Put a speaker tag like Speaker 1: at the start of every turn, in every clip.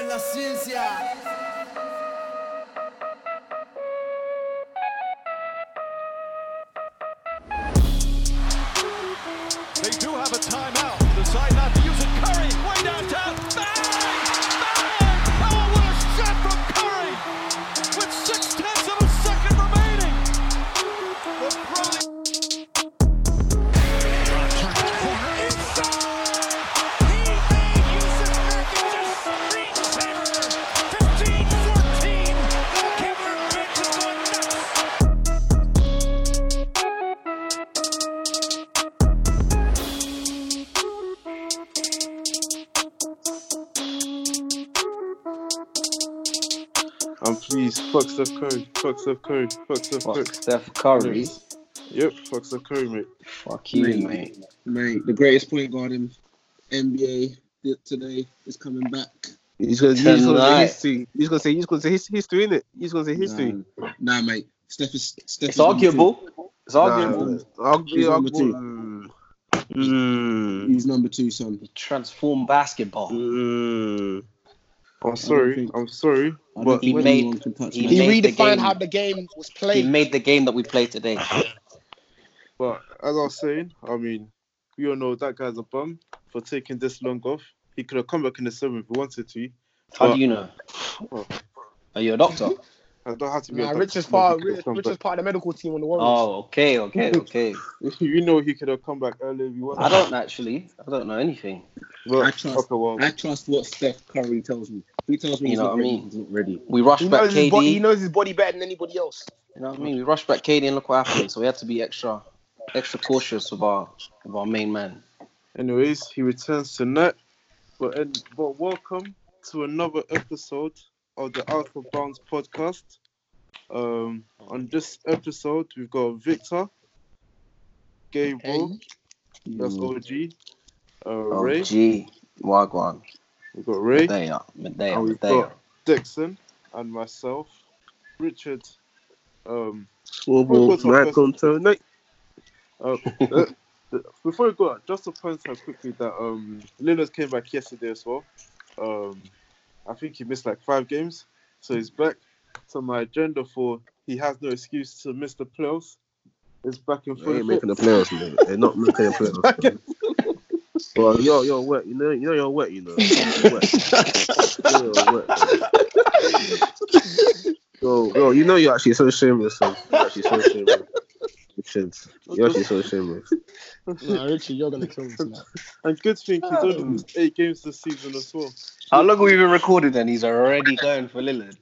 Speaker 1: en la ciencia.
Speaker 2: They do have a timeout. Decide not to use it. Curry, way downtown. Bang! Bang! Oh, what a shot from Curry! With six tenths of a second remaining. LeBron
Speaker 3: I'm pleased. Fuck Steph Curry. Fuck Steph Curry. Fuck Steph
Speaker 4: Fuck
Speaker 3: Curry.
Speaker 4: Steph Curry.
Speaker 3: Yep. Fuck Steph Curry, mate.
Speaker 4: Fuck you,
Speaker 5: Really?
Speaker 4: mate.
Speaker 5: Mate, the greatest point guard in NBA th- today is coming back.
Speaker 6: He's gonna, he's gonna
Speaker 4: Tonight.
Speaker 6: say history. He's gonna say he's gonna say his, history in it. He's gonna say history.
Speaker 5: Nah, nah, mate. Steph is. Steph
Speaker 4: It's
Speaker 5: is number two.
Speaker 4: arguable. It's arguable.
Speaker 6: Nah,
Speaker 5: He's
Speaker 6: argue,
Speaker 5: number
Speaker 6: argue.
Speaker 5: two.
Speaker 6: Mm. Mm.
Speaker 5: He's number two, son.
Speaker 4: He transformed basketball.
Speaker 6: Mm.
Speaker 3: I'm sorry.
Speaker 5: think-
Speaker 3: I'm sorry.
Speaker 5: I
Speaker 3: But
Speaker 5: don't think
Speaker 4: he made-
Speaker 5: anyone can touch
Speaker 4: he
Speaker 5: him.
Speaker 4: made-
Speaker 7: He
Speaker 4: the game.
Speaker 7: redefined how the game was
Speaker 4: He
Speaker 7: played.
Speaker 4: made the game that we play today.
Speaker 3: But as I was saying, I mean, we all know that guy's a bum for taking this long off. He could have come back in the seventh if he wanted to.
Speaker 4: How
Speaker 3: But-
Speaker 4: do you know?
Speaker 3: Well,
Speaker 4: Are you a doctor?
Speaker 3: I don't have to be.
Speaker 7: Nah,
Speaker 3: a
Speaker 7: Rich
Speaker 3: doctor
Speaker 7: is
Speaker 3: to know
Speaker 7: part.
Speaker 3: he could
Speaker 7: Rich,
Speaker 3: have come
Speaker 7: Rich is part of the medical team on the Warriors.
Speaker 4: Oh, okay, okay, okay.
Speaker 3: back. You know he could have come back earlier if he wanted.
Speaker 4: I don't actually. I don't know anything.
Speaker 3: But,
Speaker 5: I trust-
Speaker 3: okay, well,
Speaker 5: I trust what Steph Curry tells me. He tells me
Speaker 4: You
Speaker 5: he's
Speaker 4: know
Speaker 5: not
Speaker 4: what I
Speaker 5: ready.
Speaker 4: mean?
Speaker 5: He's not ready.
Speaker 4: We rushed
Speaker 7: He
Speaker 4: back
Speaker 7: knows, his
Speaker 4: KD.
Speaker 7: body, he
Speaker 4: you know
Speaker 7: knows his body better than anybody else.
Speaker 4: what I mean? We rushed back KD and look what happened. So we had to be extra, extra cautious of our, of our main man.
Speaker 3: Anyways, he returns tonight. But and, but welcome to another episode of the Out of Bounds podcast. Um, on this episode, we've got Victor, Gabriel, that's OG, uh,
Speaker 4: Mm. Oh,
Speaker 3: Ray,
Speaker 4: gee, Wagwan,
Speaker 3: we've got Ray,
Speaker 4: Medea, Medea,
Speaker 3: and we've
Speaker 4: Medea.
Speaker 3: got Dixon, and myself, Richard. Um,
Speaker 6: Swallow, Malcolm, tonight.
Speaker 3: uh, uh, before we go, on, just to point out quickly that um, Lillard came back yesterday as well. Um, I think he missed like five games, so he's back. So my agenda for he has no excuse to miss the playoffs is back in
Speaker 6: They
Speaker 3: full
Speaker 6: ain't
Speaker 3: effect.
Speaker 6: making the playoffs, man. They're not making the playoffs. man. Well, yo, yo, wet. You know, you know, you're wet. You know, you're wet. You're wet. Yo, yo, you know, you're actually so shameless. Son. You're actually so shameless. Shit. You're actually so shameless.
Speaker 7: Nah, Richie, you're gonna kill me tonight.
Speaker 3: And good thing he's only
Speaker 5: Ah.
Speaker 3: missed eight games this season as well.
Speaker 4: How long have we been recording and he's already going for Lillard?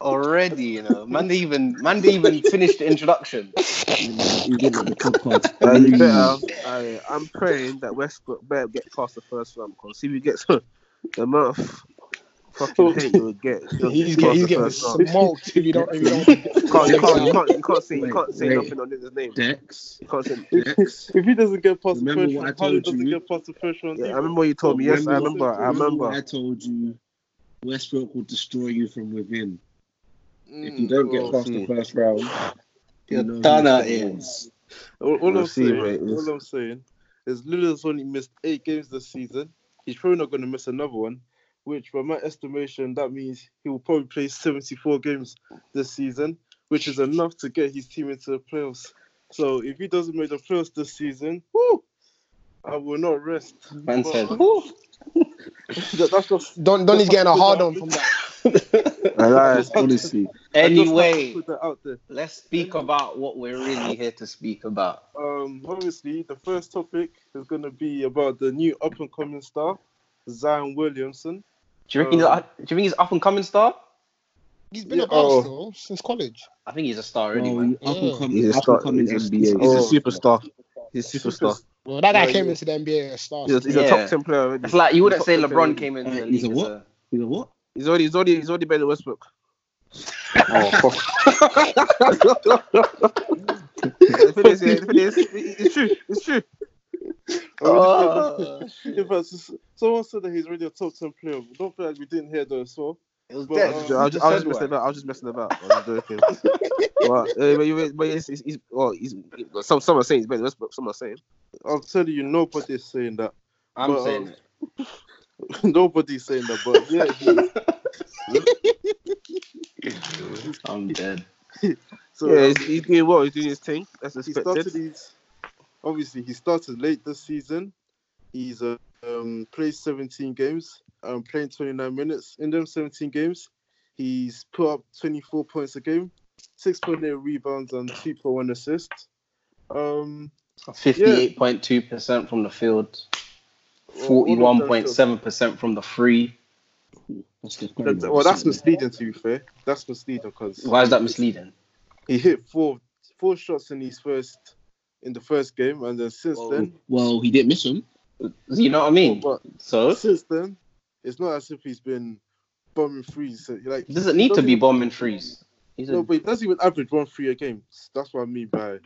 Speaker 4: already, you know. Man didn't even man didn't even finish the introduction.
Speaker 5: He's getting at the cup card.
Speaker 6: And um, you better, I, I'm praying that Westbrook better get past the first round because if he gets the amount of fucking hate he would get, he'll
Speaker 7: He's,
Speaker 6: get
Speaker 7: get, he's
Speaker 6: past the
Speaker 7: getting
Speaker 6: first round.
Speaker 7: smoked if you don't. If you don't
Speaker 6: You can't, you can't, you can't, you can't say, you can't say
Speaker 5: Wait, wait.
Speaker 6: nothing on his name.
Speaker 5: Dex.
Speaker 6: You can't say.
Speaker 5: Dex.
Speaker 3: If he doesn't get past
Speaker 5: Remember
Speaker 3: the first
Speaker 5: what I
Speaker 3: round, Harley
Speaker 5: told
Speaker 3: doesn't
Speaker 5: you?
Speaker 3: get past the first round.
Speaker 6: Yeah, I
Speaker 3: either.
Speaker 6: remember you told me. Yes, I remember. I
Speaker 5: what I
Speaker 6: remember.
Speaker 5: told you Westbrook will destroy you from within. If you
Speaker 3: Mm,
Speaker 5: don't
Speaker 3: well,
Speaker 5: get past the
Speaker 6: hmm.
Speaker 5: first round,
Speaker 4: Your
Speaker 5: you know
Speaker 4: Dana
Speaker 5: who's the
Speaker 4: is.
Speaker 3: All, all
Speaker 6: We'll
Speaker 3: I'm
Speaker 6: see,
Speaker 3: saying,
Speaker 6: mate. We'll
Speaker 3: all I'm saying is Lillard's only missed eight games this season. He's probably not going to miss another one, which, by my estimation, that means he will probably play 74 games this season, which is enough to get his team into the playoffs. So if he doesn't make the playoffs this season, woo, I will not rest.
Speaker 4: Man said.
Speaker 3: That- that's just
Speaker 7: Don, Donny's getting a hard on from that.
Speaker 6: I lied.
Speaker 5: one.
Speaker 3: I
Speaker 5: Honestly,
Speaker 3: just have to
Speaker 4: Anyway,
Speaker 3: put that out there.
Speaker 4: let's speak about what we're really here to speak about.
Speaker 3: Um, obviously, the first topic is going to be about the new up and coming star, Zion Williamson.
Speaker 4: Do you reckon?
Speaker 3: Um,
Speaker 4: he's, do you think he's up and coming star?
Speaker 7: He's been
Speaker 3: Yeah,
Speaker 7: a about
Speaker 3: oh.
Speaker 7: still since college.
Speaker 4: I think he's a star
Speaker 5: well,
Speaker 4: already,
Speaker 5: Oh, up
Speaker 4: man.
Speaker 5: and coming,
Speaker 6: He's a
Speaker 5: up
Speaker 6: star.
Speaker 5: and coming
Speaker 6: He's a, he's a
Speaker 5: NBA.
Speaker 3: Oh.
Speaker 6: superstar. He's a superstar.
Speaker 7: Well, that guy
Speaker 3: Yeah,
Speaker 7: came
Speaker 3: yeah.
Speaker 7: into the NBA as a star.
Speaker 6: He's a, he's a
Speaker 4: Yeah.
Speaker 6: top ten player already.
Speaker 4: It's like you wouldn't
Speaker 6: He's
Speaker 4: say
Speaker 6: top ten
Speaker 4: LeBron
Speaker 6: player.
Speaker 4: came into the
Speaker 5: Uh,
Speaker 4: league.
Speaker 5: he's a
Speaker 4: as
Speaker 5: what? You know what?
Speaker 6: He's already, he's already, he's already better than Westbrook.
Speaker 3: Oh, fuck.
Speaker 6: the thing is, yeah, the thing is, it- it's true. It's true.
Speaker 4: Oh,
Speaker 3: In fact, s- someone said that he's already a top 10 player. but Don't feel like we didn't hear that as well.
Speaker 4: it was
Speaker 3: But,
Speaker 4: dead.
Speaker 3: um,
Speaker 6: I was,
Speaker 4: You
Speaker 6: I was just
Speaker 4: said
Speaker 6: messing
Speaker 4: what?
Speaker 6: about. I was just messing about. I was joking. but, uh, but, you- but it's, it's, it's, well, he's, some, some are saying he's better than Westbrook. Some are saying.
Speaker 3: I'm telling you, nobody's saying that.
Speaker 4: I'm
Speaker 3: but,
Speaker 4: saying
Speaker 3: um,
Speaker 4: it.
Speaker 3: Nobody's saying that, but yeah, he-
Speaker 4: I'm dead.
Speaker 3: so um,
Speaker 6: yeah, he's, he's doing well. He's doing his thing. That's
Speaker 3: he
Speaker 6: expected.
Speaker 3: started his obviously he started late this season. He's uh, um, played 17 games, um, playing 29 minutes. In them 17 games, he's put up 24 points a game, 6.8 rebounds and 2.1 assists. Um,
Speaker 4: Fifty-eight point two percent from the field, forty-one point seven percent from the free.
Speaker 5: That's just
Speaker 3: Well,
Speaker 5: crazy.
Speaker 3: well, that's misleading. To be fair, that's misleading because
Speaker 4: Why is that misleading?
Speaker 3: he hit four four shots in his first in the first game, and then since then,
Speaker 5: well, he didn't miss him.
Speaker 4: You know what I mean?
Speaker 3: but
Speaker 4: So
Speaker 3: since then, it's not as if he's been bombing threes. So, like
Speaker 4: he doesn't need to be bombing threes. He's
Speaker 3: No,
Speaker 4: a,
Speaker 3: but he doesn't even average one three a game. That's what I mean by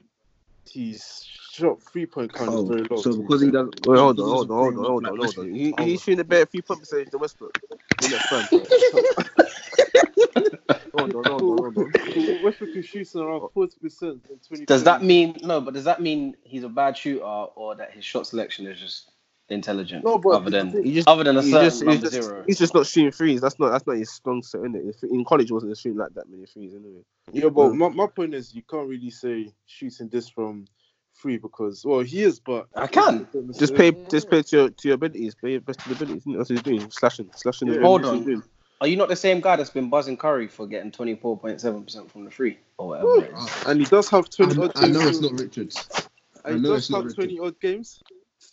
Speaker 3: he's shot three point count is very low.
Speaker 5: Oh, so
Speaker 3: to be
Speaker 5: because he
Speaker 3: fair.
Speaker 5: doesn't.
Speaker 6: Wait, hold
Speaker 5: he
Speaker 6: on,
Speaker 5: doesn't
Speaker 6: hold on, hold on, hold
Speaker 5: play like
Speaker 6: on, hold
Speaker 5: Westbrook.
Speaker 6: on. He, he's shooting a better three point percentage than Westbrook. In that front. hold on, hold on, hold on.
Speaker 3: Westbrook is shooting around forty percent in twenty.
Speaker 4: does that mean no? But does that mean he's a bad shooter or that his shot selection is just intelligent?
Speaker 3: No, but
Speaker 4: other than
Speaker 6: He just,
Speaker 4: other than a
Speaker 6: he's
Speaker 4: certain
Speaker 6: just, he's
Speaker 4: number
Speaker 6: just,
Speaker 4: zero.
Speaker 6: he's just not shooting threes. That's not that's not his strong set, isn't it? In college, he wasn't shooting like that many threes anyway.
Speaker 3: Yeah, but my, my point is you can't really say shooting this from three because well he is, but
Speaker 4: I can.
Speaker 6: Just play, just play to your to your abilities, play your best of abilities. Isn't it? That's what he's doing, slashing, slashing. the
Speaker 3: Yeah.
Speaker 6: rim,
Speaker 4: Hold
Speaker 6: that's what he's
Speaker 4: on.
Speaker 6: doing.
Speaker 4: Are you not the same guy that's been buzzing Curry for getting twenty four point seven percent from the free or whatever? it is?
Speaker 3: and he does have
Speaker 5: I
Speaker 3: twenty.
Speaker 5: know,
Speaker 3: odd
Speaker 5: I know
Speaker 3: games
Speaker 5: it's
Speaker 3: to-
Speaker 5: not Richards. I
Speaker 3: and he
Speaker 5: know
Speaker 3: does
Speaker 5: it's not
Speaker 3: have twenty odd games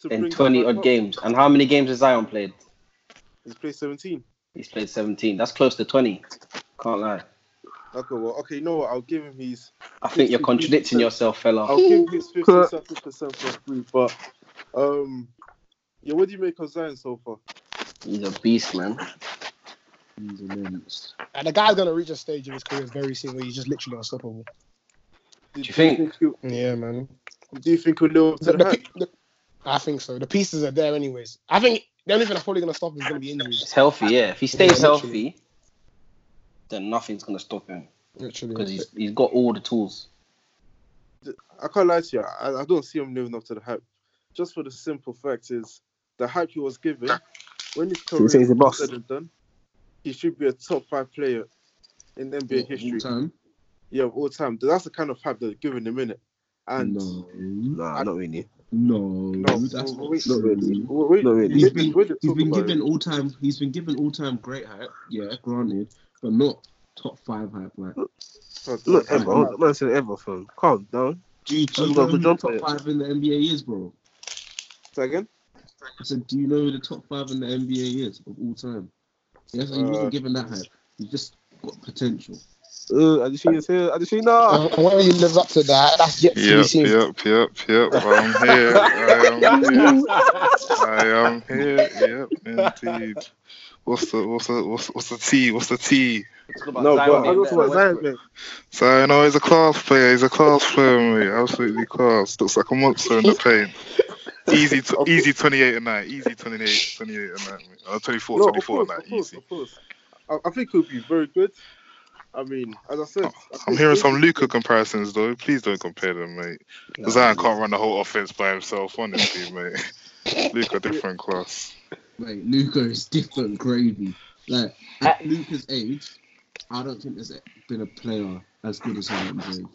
Speaker 3: to
Speaker 4: In
Speaker 3: bring
Speaker 4: twenty
Speaker 3: that back
Speaker 4: odd
Speaker 3: up.
Speaker 4: games, and how many games has Zion played?
Speaker 3: He's played seventeen.
Speaker 4: He's played seventeen. That's close to twenty. Can't lie.
Speaker 3: Okay, well, okay, you know what? I'll give him his
Speaker 4: I think you're contradicting yourself, fella.
Speaker 3: I'll give his 57 percent for free, but um, yeah, what do you make of Zion so far?
Speaker 4: He's a beast, man.
Speaker 5: He's immense.
Speaker 7: And the guy's gonna reach a stage in his career very soon where he's just literally unstoppable.
Speaker 3: Do,
Speaker 4: you think?
Speaker 3: you,
Speaker 7: Yeah, man.
Speaker 3: do you think he'll live up to
Speaker 7: The- the
Speaker 3: that?
Speaker 7: pe- the- I think so. The pieces are there, anyways. I think the only thing that's probably gonna stop him is gonna be injuries.
Speaker 4: He's healthy, yeah. If he stays
Speaker 7: Yeah, literally.
Speaker 4: healthy, then nothing's gonna stop him because
Speaker 7: Literally.
Speaker 4: he's he's got all the tools.
Speaker 3: I can't lie to you. I, I don't see him living up to the hype. Just for the simple fact is the hype he was given when his career
Speaker 6: you say he's the
Speaker 3: is
Speaker 6: boss?
Speaker 3: said and done, he should be a top five player in NBA history.
Speaker 5: Time?
Speaker 3: Yeah, of all time. That's the kind of hype they're giving him in it. And
Speaker 5: No,
Speaker 6: Nah, not really.
Speaker 5: no,
Speaker 3: No,
Speaker 5: that's not,
Speaker 3: wait,
Speaker 5: not really.
Speaker 3: wait,
Speaker 6: Not really.
Speaker 5: He's
Speaker 3: wait,
Speaker 5: been,
Speaker 3: wait to
Speaker 5: he's
Speaker 3: talk
Speaker 5: been
Speaker 3: about
Speaker 5: given
Speaker 3: it.
Speaker 5: all time. He's been given all time great hype. Yeah, granted, but not top five hype. Like,
Speaker 6: Not ever. Hold on. Man said ever, fam. Calm down.
Speaker 5: do you, do you
Speaker 6: That's
Speaker 5: know
Speaker 6: not
Speaker 5: who
Speaker 6: good
Speaker 5: the
Speaker 6: jump
Speaker 5: top
Speaker 6: player.
Speaker 5: five in the NBA is, bro?
Speaker 3: Say again?
Speaker 5: I said, do you know who the top five in the NBA is of all time? Yes, he
Speaker 3: Uh,
Speaker 5: wasn't given that hype. He just got potential.
Speaker 6: Uh, Adesina's here. Adesina.
Speaker 7: And whether he lives up to that, that's yet to be
Speaker 1: Yep,
Speaker 7: seen.
Speaker 1: yep, yep, yep. I'm here. I am here. I am here. Yep, indeed. What's the what's the what's what's the T? What's the T?
Speaker 4: It's about
Speaker 3: No,
Speaker 4: Zion
Speaker 3: but I don't
Speaker 4: being better
Speaker 3: know
Speaker 4: than
Speaker 3: what
Speaker 4: Westbrook.
Speaker 1: So I know he's a class player. He's a class player, mate. Absolutely class. Looks like a monster in the paint. Easy, t- easy 28 a night. Easy 28, 28 a night. Mate. Uh, 24,
Speaker 3: No, of
Speaker 1: 24 a
Speaker 3: course,
Speaker 1: night.
Speaker 3: of course,
Speaker 1: Easy.
Speaker 3: of course. I, I think he'll be very good. I mean, as I said, I
Speaker 1: Oh, I'm
Speaker 3: think
Speaker 1: hearing
Speaker 3: if-
Speaker 1: some Luca comparisons though. Please don't compare them, mate. Zion can't run the whole offense by himself, honestly, mate. Luca different class.
Speaker 5: Like Luca is different gravy. Like at Luca's age, I don't think there's been a player as good as him at his age.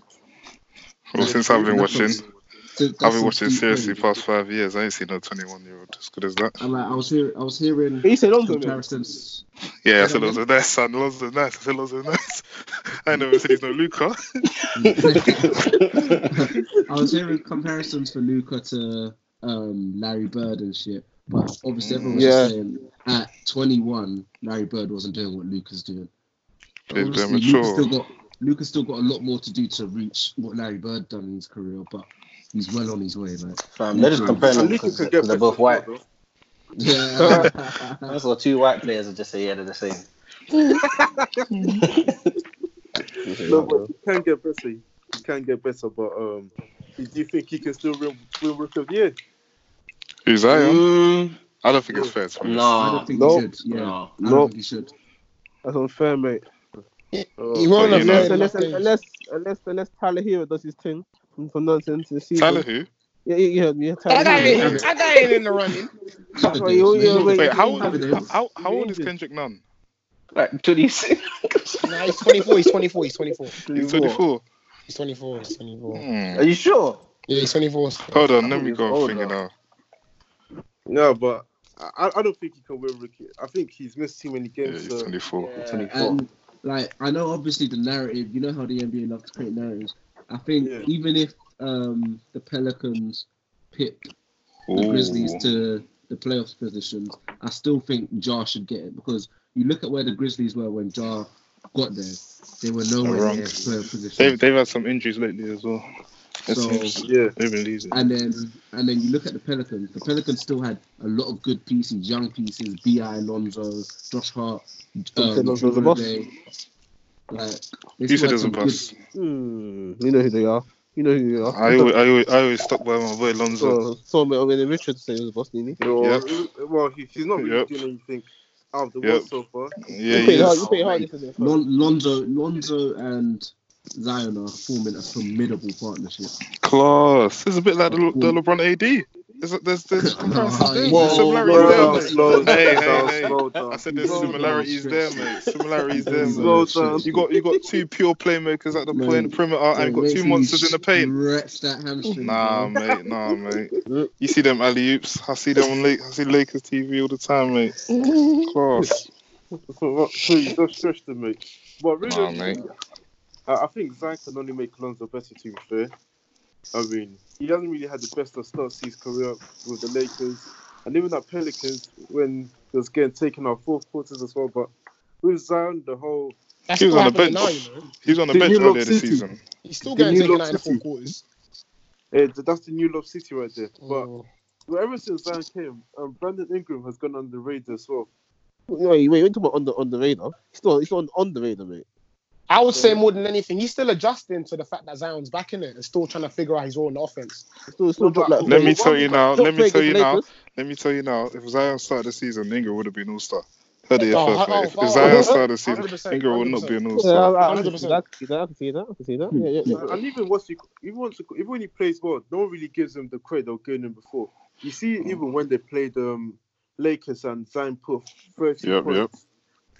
Speaker 1: Well, since I've been watching,
Speaker 5: So
Speaker 1: I've
Speaker 5: that's
Speaker 1: been
Speaker 5: some
Speaker 1: watching
Speaker 5: deep
Speaker 1: seriously
Speaker 5: knowledge.
Speaker 1: past five years. I ain't seen no 21 year old as good as that.
Speaker 5: And like, I was hearing, I was hearing
Speaker 6: He said on to me.
Speaker 5: comparisons.
Speaker 1: Yeah, I
Speaker 5: Yeah,
Speaker 1: said
Speaker 5: man.
Speaker 1: loads of nice, son. Loads of nice. I said loads of nice. I never said he's no Luca.
Speaker 5: I was hearing comparisons for Luca to um, Larry Bird and shit. But obviously, everyone was
Speaker 6: Yeah.
Speaker 5: just saying at 21, Larry Bird wasn't doing what Luca's doing.
Speaker 1: He's very
Speaker 5: Obviously, Luca's
Speaker 1: mature.
Speaker 5: still got Luca's still got a lot more to do to reach what Larry Bird done in his career, but he's well on his way, like.
Speaker 4: Fam, they're just comparing them
Speaker 3: and Luka
Speaker 4: because
Speaker 3: could
Speaker 4: they're
Speaker 3: get
Speaker 4: because they're
Speaker 3: better
Speaker 4: both white.
Speaker 3: though.
Speaker 5: Yeah.
Speaker 4: I saw two white players and just say, yeah, they're the same.
Speaker 3: No, but he can get better. He can get better, but um, do you think he can still win, win Rookie of the Year?
Speaker 4: Mm.
Speaker 1: Who's Zion? I don't think it's fair to me.
Speaker 5: I
Speaker 4: No,
Speaker 5: don't think
Speaker 6: No.
Speaker 5: he should. Yeah.
Speaker 4: no.
Speaker 5: I
Speaker 6: No.
Speaker 5: don't think he should.
Speaker 6: That's unfair, mate.
Speaker 3: Uh,
Speaker 7: He won't have
Speaker 1: But
Speaker 7: made
Speaker 1: you know-
Speaker 6: Unless, unless,
Speaker 7: enough games.
Speaker 6: unless, unless, unless Tyler Hero does his thing for nonsense this season.
Speaker 1: Tyler who?
Speaker 6: Yeah, you you heard me. you're tired.
Speaker 7: That guy, ain't, that guy ain't in the running.
Speaker 5: Have
Speaker 6: Wait,
Speaker 5: it,
Speaker 6: wait,
Speaker 5: man.
Speaker 6: wait,
Speaker 1: Wait, how old,
Speaker 5: Evidence.
Speaker 1: how, how old is Kendrick Nunn?
Speaker 4: Like 26.
Speaker 7: Nah, he's 24. He's 24. He's 24.
Speaker 1: He's 24.
Speaker 7: He's 24. He's 24.
Speaker 1: Hmm.
Speaker 4: Are you sure?
Speaker 7: Yeah, he's 24.
Speaker 1: Hold on, let me
Speaker 4: he's
Speaker 1: go
Speaker 4: older.
Speaker 1: thinking now.
Speaker 3: Yeah, but I, I don't think he can win Ricky. I think he's missed too many
Speaker 1: Yeah,
Speaker 3: games.
Speaker 1: he's
Speaker 3: so.
Speaker 1: 24.
Speaker 5: And like I know obviously the narrative, you know how the NBA loves to create narratives. I think
Speaker 3: Yeah.
Speaker 5: even if um the Pelicans pipped the Grizzlies
Speaker 1: Ooh.
Speaker 5: to the playoffs positions, I still think Ja should get it because you look at where the Grizzlies were when Ja got there, they were nowhere
Speaker 1: Wrong.
Speaker 5: near playoff position.
Speaker 1: They've, they've had some injuries lately as well. It
Speaker 5: So-
Speaker 1: seems
Speaker 3: Yeah,
Speaker 1: they've been losing.
Speaker 5: And then and then you look at the Pelicans. The Pelicans still had a lot of good pieces, young pieces, Bi Alonso, Josh Hart, um,
Speaker 6: Alonso's the boss.
Speaker 5: Holiday. Like, they still
Speaker 1: You said
Speaker 5: had
Speaker 1: there's a
Speaker 5: some good-
Speaker 1: bus.
Speaker 6: Hmm, you know who they are. You know who you are.
Speaker 1: I always, I, always, I always stuck by my boy Lonzo.
Speaker 6: So, so I mean, Richard said he was boss, didn't he?
Speaker 1: Yep.
Speaker 3: well, he, he's not really
Speaker 1: Yep.
Speaker 3: doing anything out of the
Speaker 1: Yep.
Speaker 3: world so far.
Speaker 1: Yeah,
Speaker 6: you played hard.
Speaker 1: yes.
Speaker 6: You played hard yesterday. fuck.
Speaker 5: Lon- Lonzo, Lonzo, and Zion are forming a formidable partnership.
Speaker 1: Class. It's a bit like the, Le- the LeBron AD. There's, there's, there's comparisons there.
Speaker 5: Whoa,
Speaker 1: There's
Speaker 5: whoa,
Speaker 1: similarities there,
Speaker 5: whoa,
Speaker 1: mate.
Speaker 3: slow down,
Speaker 1: Hey, hey, hey.
Speaker 3: slow down.
Speaker 1: I said there's
Speaker 5: Slow down,
Speaker 1: similarities there,
Speaker 5: Chris.
Speaker 1: mate. Similarities there,
Speaker 5: Lonzo,
Speaker 1: mate.
Speaker 3: Slow down.
Speaker 5: shit.
Speaker 1: You got you got two pure playmakers at the
Speaker 5: Mate,
Speaker 1: play in the perimeter, and you
Speaker 5: Make
Speaker 1: got
Speaker 5: sure
Speaker 1: two
Speaker 5: you
Speaker 1: monsters in the paint.
Speaker 5: Stretch that hamstring.
Speaker 1: Nah,
Speaker 5: bro.
Speaker 1: mate, nah, mate. You see them alley oops. I see them on Lake. I see Lakers TV all the time, mate. Class.
Speaker 3: Please, don't stretch them, mate. But really,
Speaker 1: Nah, mate.
Speaker 3: I, I think Zion can only make Lonzo better, to be fair. I mean, he hasn't really had the best of starts to his career with the Lakers. And even at Pelicans, when he was getting taken out four quarters as well. But with Zion, the whole.
Speaker 7: That's
Speaker 1: He was
Speaker 7: still
Speaker 1: on the
Speaker 7: happening now,
Speaker 1: bench.
Speaker 7: you know.
Speaker 1: He was on the
Speaker 6: Did
Speaker 1: bench
Speaker 6: you look
Speaker 1: earlier this
Speaker 6: City?
Speaker 1: season.
Speaker 7: He's still
Speaker 6: The
Speaker 7: getting
Speaker 6: New
Speaker 7: taken
Speaker 6: York
Speaker 7: out in the four
Speaker 6: City.
Speaker 7: quarters.
Speaker 3: eh, that's the new love city right there. But
Speaker 7: Mm.
Speaker 3: well, ever since Zion came, um, Brandon Ingram has gone on the radar as well.
Speaker 6: Wait, wait, wait, talking about on the on the radar. It's not, it's not on, on the radar, mate.
Speaker 7: I would say more than anything, he's still adjusting to the fact that Zion's back in it and still trying to figure out his role in the offense.
Speaker 6: It's still, it's still dropped like.
Speaker 1: Let me
Speaker 6: one-
Speaker 1: tell you now.
Speaker 6: drop
Speaker 1: Let me
Speaker 6: rate
Speaker 1: tell you
Speaker 6: against
Speaker 1: now.
Speaker 6: Lakers.
Speaker 1: Let me tell you now. If Zion started the season, Ingram would have been All Star. Heard it here
Speaker 7: Oh,
Speaker 1: first,
Speaker 7: oh,
Speaker 1: mate. If,
Speaker 7: oh,
Speaker 1: if Zion
Speaker 7: oh,
Speaker 1: started the season,
Speaker 7: 100%,
Speaker 1: Ingram would not be an All
Speaker 6: Yeah,
Speaker 1: Star.
Speaker 6: I, I, I can
Speaker 7: 100%.
Speaker 6: see that. I can see that. I can see that. I can see that. Yeah, yeah,
Speaker 5: Hmm.
Speaker 6: yeah.
Speaker 3: And even once he, even once, even when he plays well, no one really gives him the credit or giving him before. You see, even when they played um Lakers and Zion put thirty
Speaker 1: Yep,
Speaker 3: points,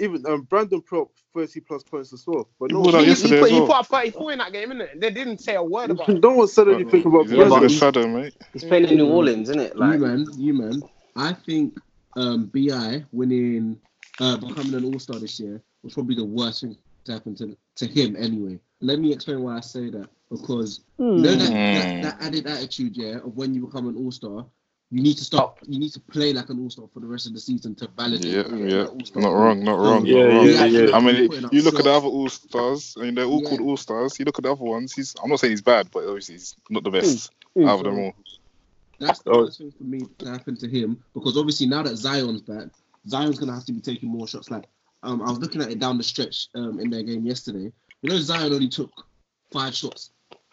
Speaker 3: even um Brandon Prop thirty plus points as well. But
Speaker 1: He
Speaker 3: no,
Speaker 1: would
Speaker 3: one,
Speaker 1: have-
Speaker 7: He, he,
Speaker 1: yesterday
Speaker 7: put,
Speaker 1: as
Speaker 7: he
Speaker 1: well.
Speaker 7: put up 34 in that game, innit? They didn't say a word about it.
Speaker 3: no one said
Speaker 1: But
Speaker 3: anything about.
Speaker 1: He's in
Speaker 3: Brandon.
Speaker 1: the
Speaker 4: but-
Speaker 1: shadow, mate.
Speaker 4: He's playing in New Orleans, isn't it? Like,
Speaker 5: you man, you man. I think um, Bi winning, uh, becoming an All Star this year was probably the worst thing to happen to, to him anyway. Let me explain why I say that because you know that, that, that added attitude, yeah, of when you become an All Star. You need to stop. You need to play like an all star for the rest of the season to validate.
Speaker 1: Yeah,
Speaker 5: your
Speaker 1: yeah.
Speaker 5: all-star
Speaker 1: Not
Speaker 5: form.
Speaker 1: wrong, not wrong,
Speaker 5: Yeah,
Speaker 1: not wrong.
Speaker 5: yeah, yeah.
Speaker 1: I mean,
Speaker 5: Putting up
Speaker 1: you look at the
Speaker 5: shots.
Speaker 1: other All Stars, I mean, they're all
Speaker 5: Yeah.
Speaker 1: called All Stars. You look at the other ones. He's. I'm not saying he's bad, but obviously he's not the best out of them all.
Speaker 5: That's the
Speaker 3: Oh.
Speaker 5: worst thing for me to happen to him because obviously now that Zion's back, Zion's gonna have to be taking more shots. Like um, I was looking at it down the stretch um, in their game yesterday. You know Zion only took five shots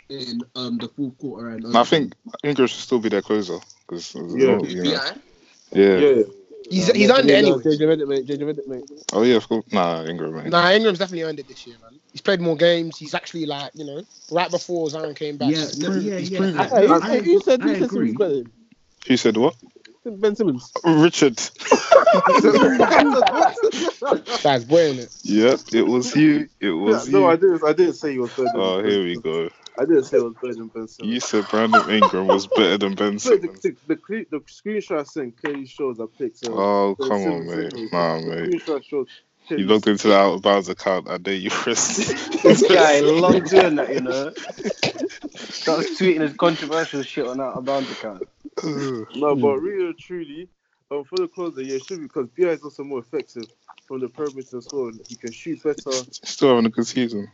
Speaker 5: in um, the fourth quarter and. um,
Speaker 1: And I think Ingram should still be their closer. 'cause,
Speaker 3: Yeah.
Speaker 1: you know,
Speaker 5: Yeah.
Speaker 3: Yeah,
Speaker 1: yeah.
Speaker 7: He's, he's earned it anyway.
Speaker 6: JJ Reddick, mate. JJ Reddick, mate.
Speaker 1: Oh yeah, of course. Nah, Ingram, mate.
Speaker 7: Nah, Ingram's definitely earned it this year, man. He's played more games. He's actually like, you know, right before Zion came back.
Speaker 5: Yeah, no, yeah,
Speaker 1: he's
Speaker 5: yeah.
Speaker 1: proven
Speaker 5: I,
Speaker 1: it.
Speaker 6: Hey, you,
Speaker 5: I-
Speaker 6: you said
Speaker 5: I
Speaker 6: you said
Speaker 5: agree.
Speaker 6: Simmons better than
Speaker 1: Who said what?
Speaker 6: than Ben Simmons.
Speaker 1: Richard.
Speaker 7: That's brilliant. innit?
Speaker 1: Yep, it was you. It was
Speaker 3: no, I
Speaker 1: you.
Speaker 3: didn't. I didn't say he was better. than
Speaker 1: Oh,
Speaker 3: Ben
Speaker 1: here we
Speaker 3: Simmons.
Speaker 1: go.
Speaker 3: I didn't say he was better than Ben Simmons.
Speaker 1: You said Brandon Ingram was better than Ben
Speaker 3: So the,
Speaker 1: Simmons.
Speaker 3: the, the, cle- the screenshot I sent clearly shows I picked. Uh,
Speaker 1: Oh,
Speaker 3: Ben
Speaker 1: come on,
Speaker 3: Simmons
Speaker 1: mate.
Speaker 3: anyway.
Speaker 1: Nah,
Speaker 3: The
Speaker 1: mate.
Speaker 3: screenshot shows
Speaker 1: You
Speaker 3: clearly-
Speaker 1: logged into the out of bounds account. I dare you, Chris.
Speaker 4: this guy loved doing that, you know.
Speaker 3: uh,
Speaker 4: That was tweeting his controversial shit on out of bounds account.
Speaker 3: No, but really, truly, um, for the closer, yeah, it should be because Bi is also more effective from the perimeter as well. He can shoot better.
Speaker 1: Still having a good season.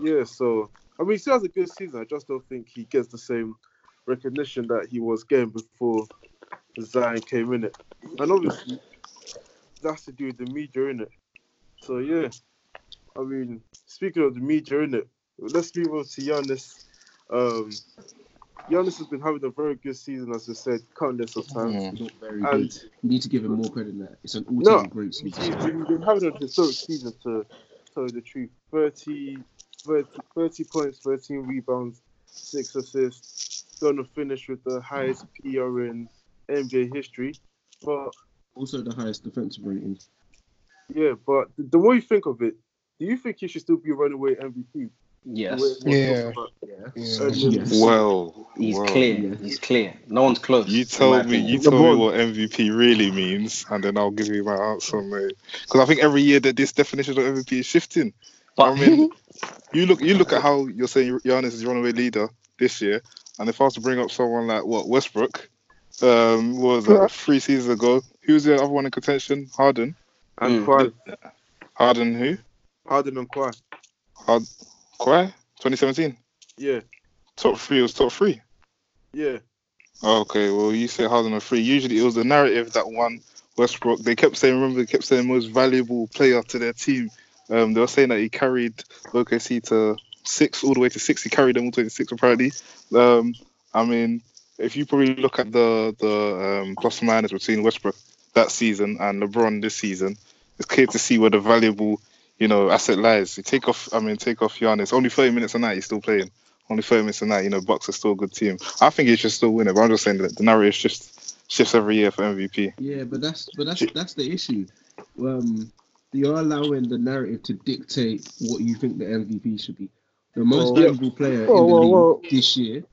Speaker 3: Yeah, so I mean, he still has a good season. I just don't think he gets the same recognition that he was getting before Zion came in it, and obviously that's to do with the media in it. So yeah, I mean, speaking of the media in it, let's move on to Giannis. Um, Giannis has been having a very good season, as we said, countless of times.
Speaker 1: Mm.
Speaker 5: not very
Speaker 3: And
Speaker 5: good. You need to give him more credit than that. It's an
Speaker 3: No.
Speaker 5: all-time great
Speaker 3: He's
Speaker 5: season.
Speaker 3: been been having a historic season to tell you the truth. 30, 30, 30 points, 13 rebounds, six assists. Going to finish with the highest PR in NBA history. But
Speaker 5: Also the highest defensive rating.
Speaker 3: yeah, but the, the more you think of it, do you think he should still be a runaway MVP? The way
Speaker 4: Yes.
Speaker 3: everyone talks
Speaker 7: Yeah.
Speaker 3: about earlier.
Speaker 5: Yes.
Speaker 1: Well,
Speaker 4: He's
Speaker 1: well.
Speaker 4: clear. He's clear. No one's close.
Speaker 1: You
Speaker 4: in my
Speaker 1: tell me,
Speaker 4: opinion.
Speaker 1: you tell me what MVP really means, and then I'll give you my answer, mate. Because I think every year that this definition of MVP is shifting.
Speaker 4: But
Speaker 1: I mean, you look, you look at how you're saying Giannis is runaway leader this year, and if I was to bring up someone like what Westbrook, um, what was that three seasons ago? Who was the other one in contention? Harden.
Speaker 3: And
Speaker 4: Mm.
Speaker 3: Kawhi,
Speaker 1: Harden who?
Speaker 3: Harden and Kawhi.
Speaker 1: Hard. Kawhi. 2017.
Speaker 3: Yeah,
Speaker 1: Top three was top three.
Speaker 3: yeah.
Speaker 1: Okay, well, you say Harden on three. Usually, it was the narrative that won Westbrook. They kept saying, remember, they kept saying most valuable player to their team. Um, they were saying that he carried OKC to six, all the way to six. He carried them all the way to six, apparently. Um, I mean, if you probably look at the the um, plus and minus between Westbrook that season and LeBron this season, it's clear to see where the valuable, you know, asset lies. You take off, I mean, take off Giannis. Only 30 minutes a night, he's still playing only 30 minutes a night. You know, Bucks are still a good team. I think he should still win it, but I'm just saying that the narrative shifts shifts every year for MVP.
Speaker 5: Yeah, but that's but that's that's the issue. Um, you're allowing the narrative to dictate what you think the MVP should be. The most
Speaker 7: Oh.
Speaker 5: valuable player
Speaker 7: Whoa,
Speaker 5: in the
Speaker 7: whoa,
Speaker 5: league
Speaker 7: whoa.
Speaker 5: this year,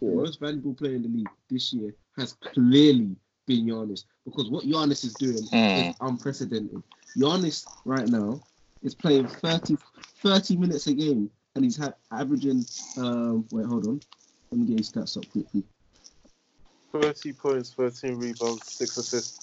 Speaker 5: the most valuable player in the league this year has clearly been Giannis because what Giannis is doing
Speaker 1: Mm.
Speaker 5: is unprecedented. Giannis right now is playing 30, 30 minutes a game and he's ha- averaging. Um, wait, hold on. Let me get his stats up quickly.
Speaker 3: 30 points, 13 rebounds, 6 assists.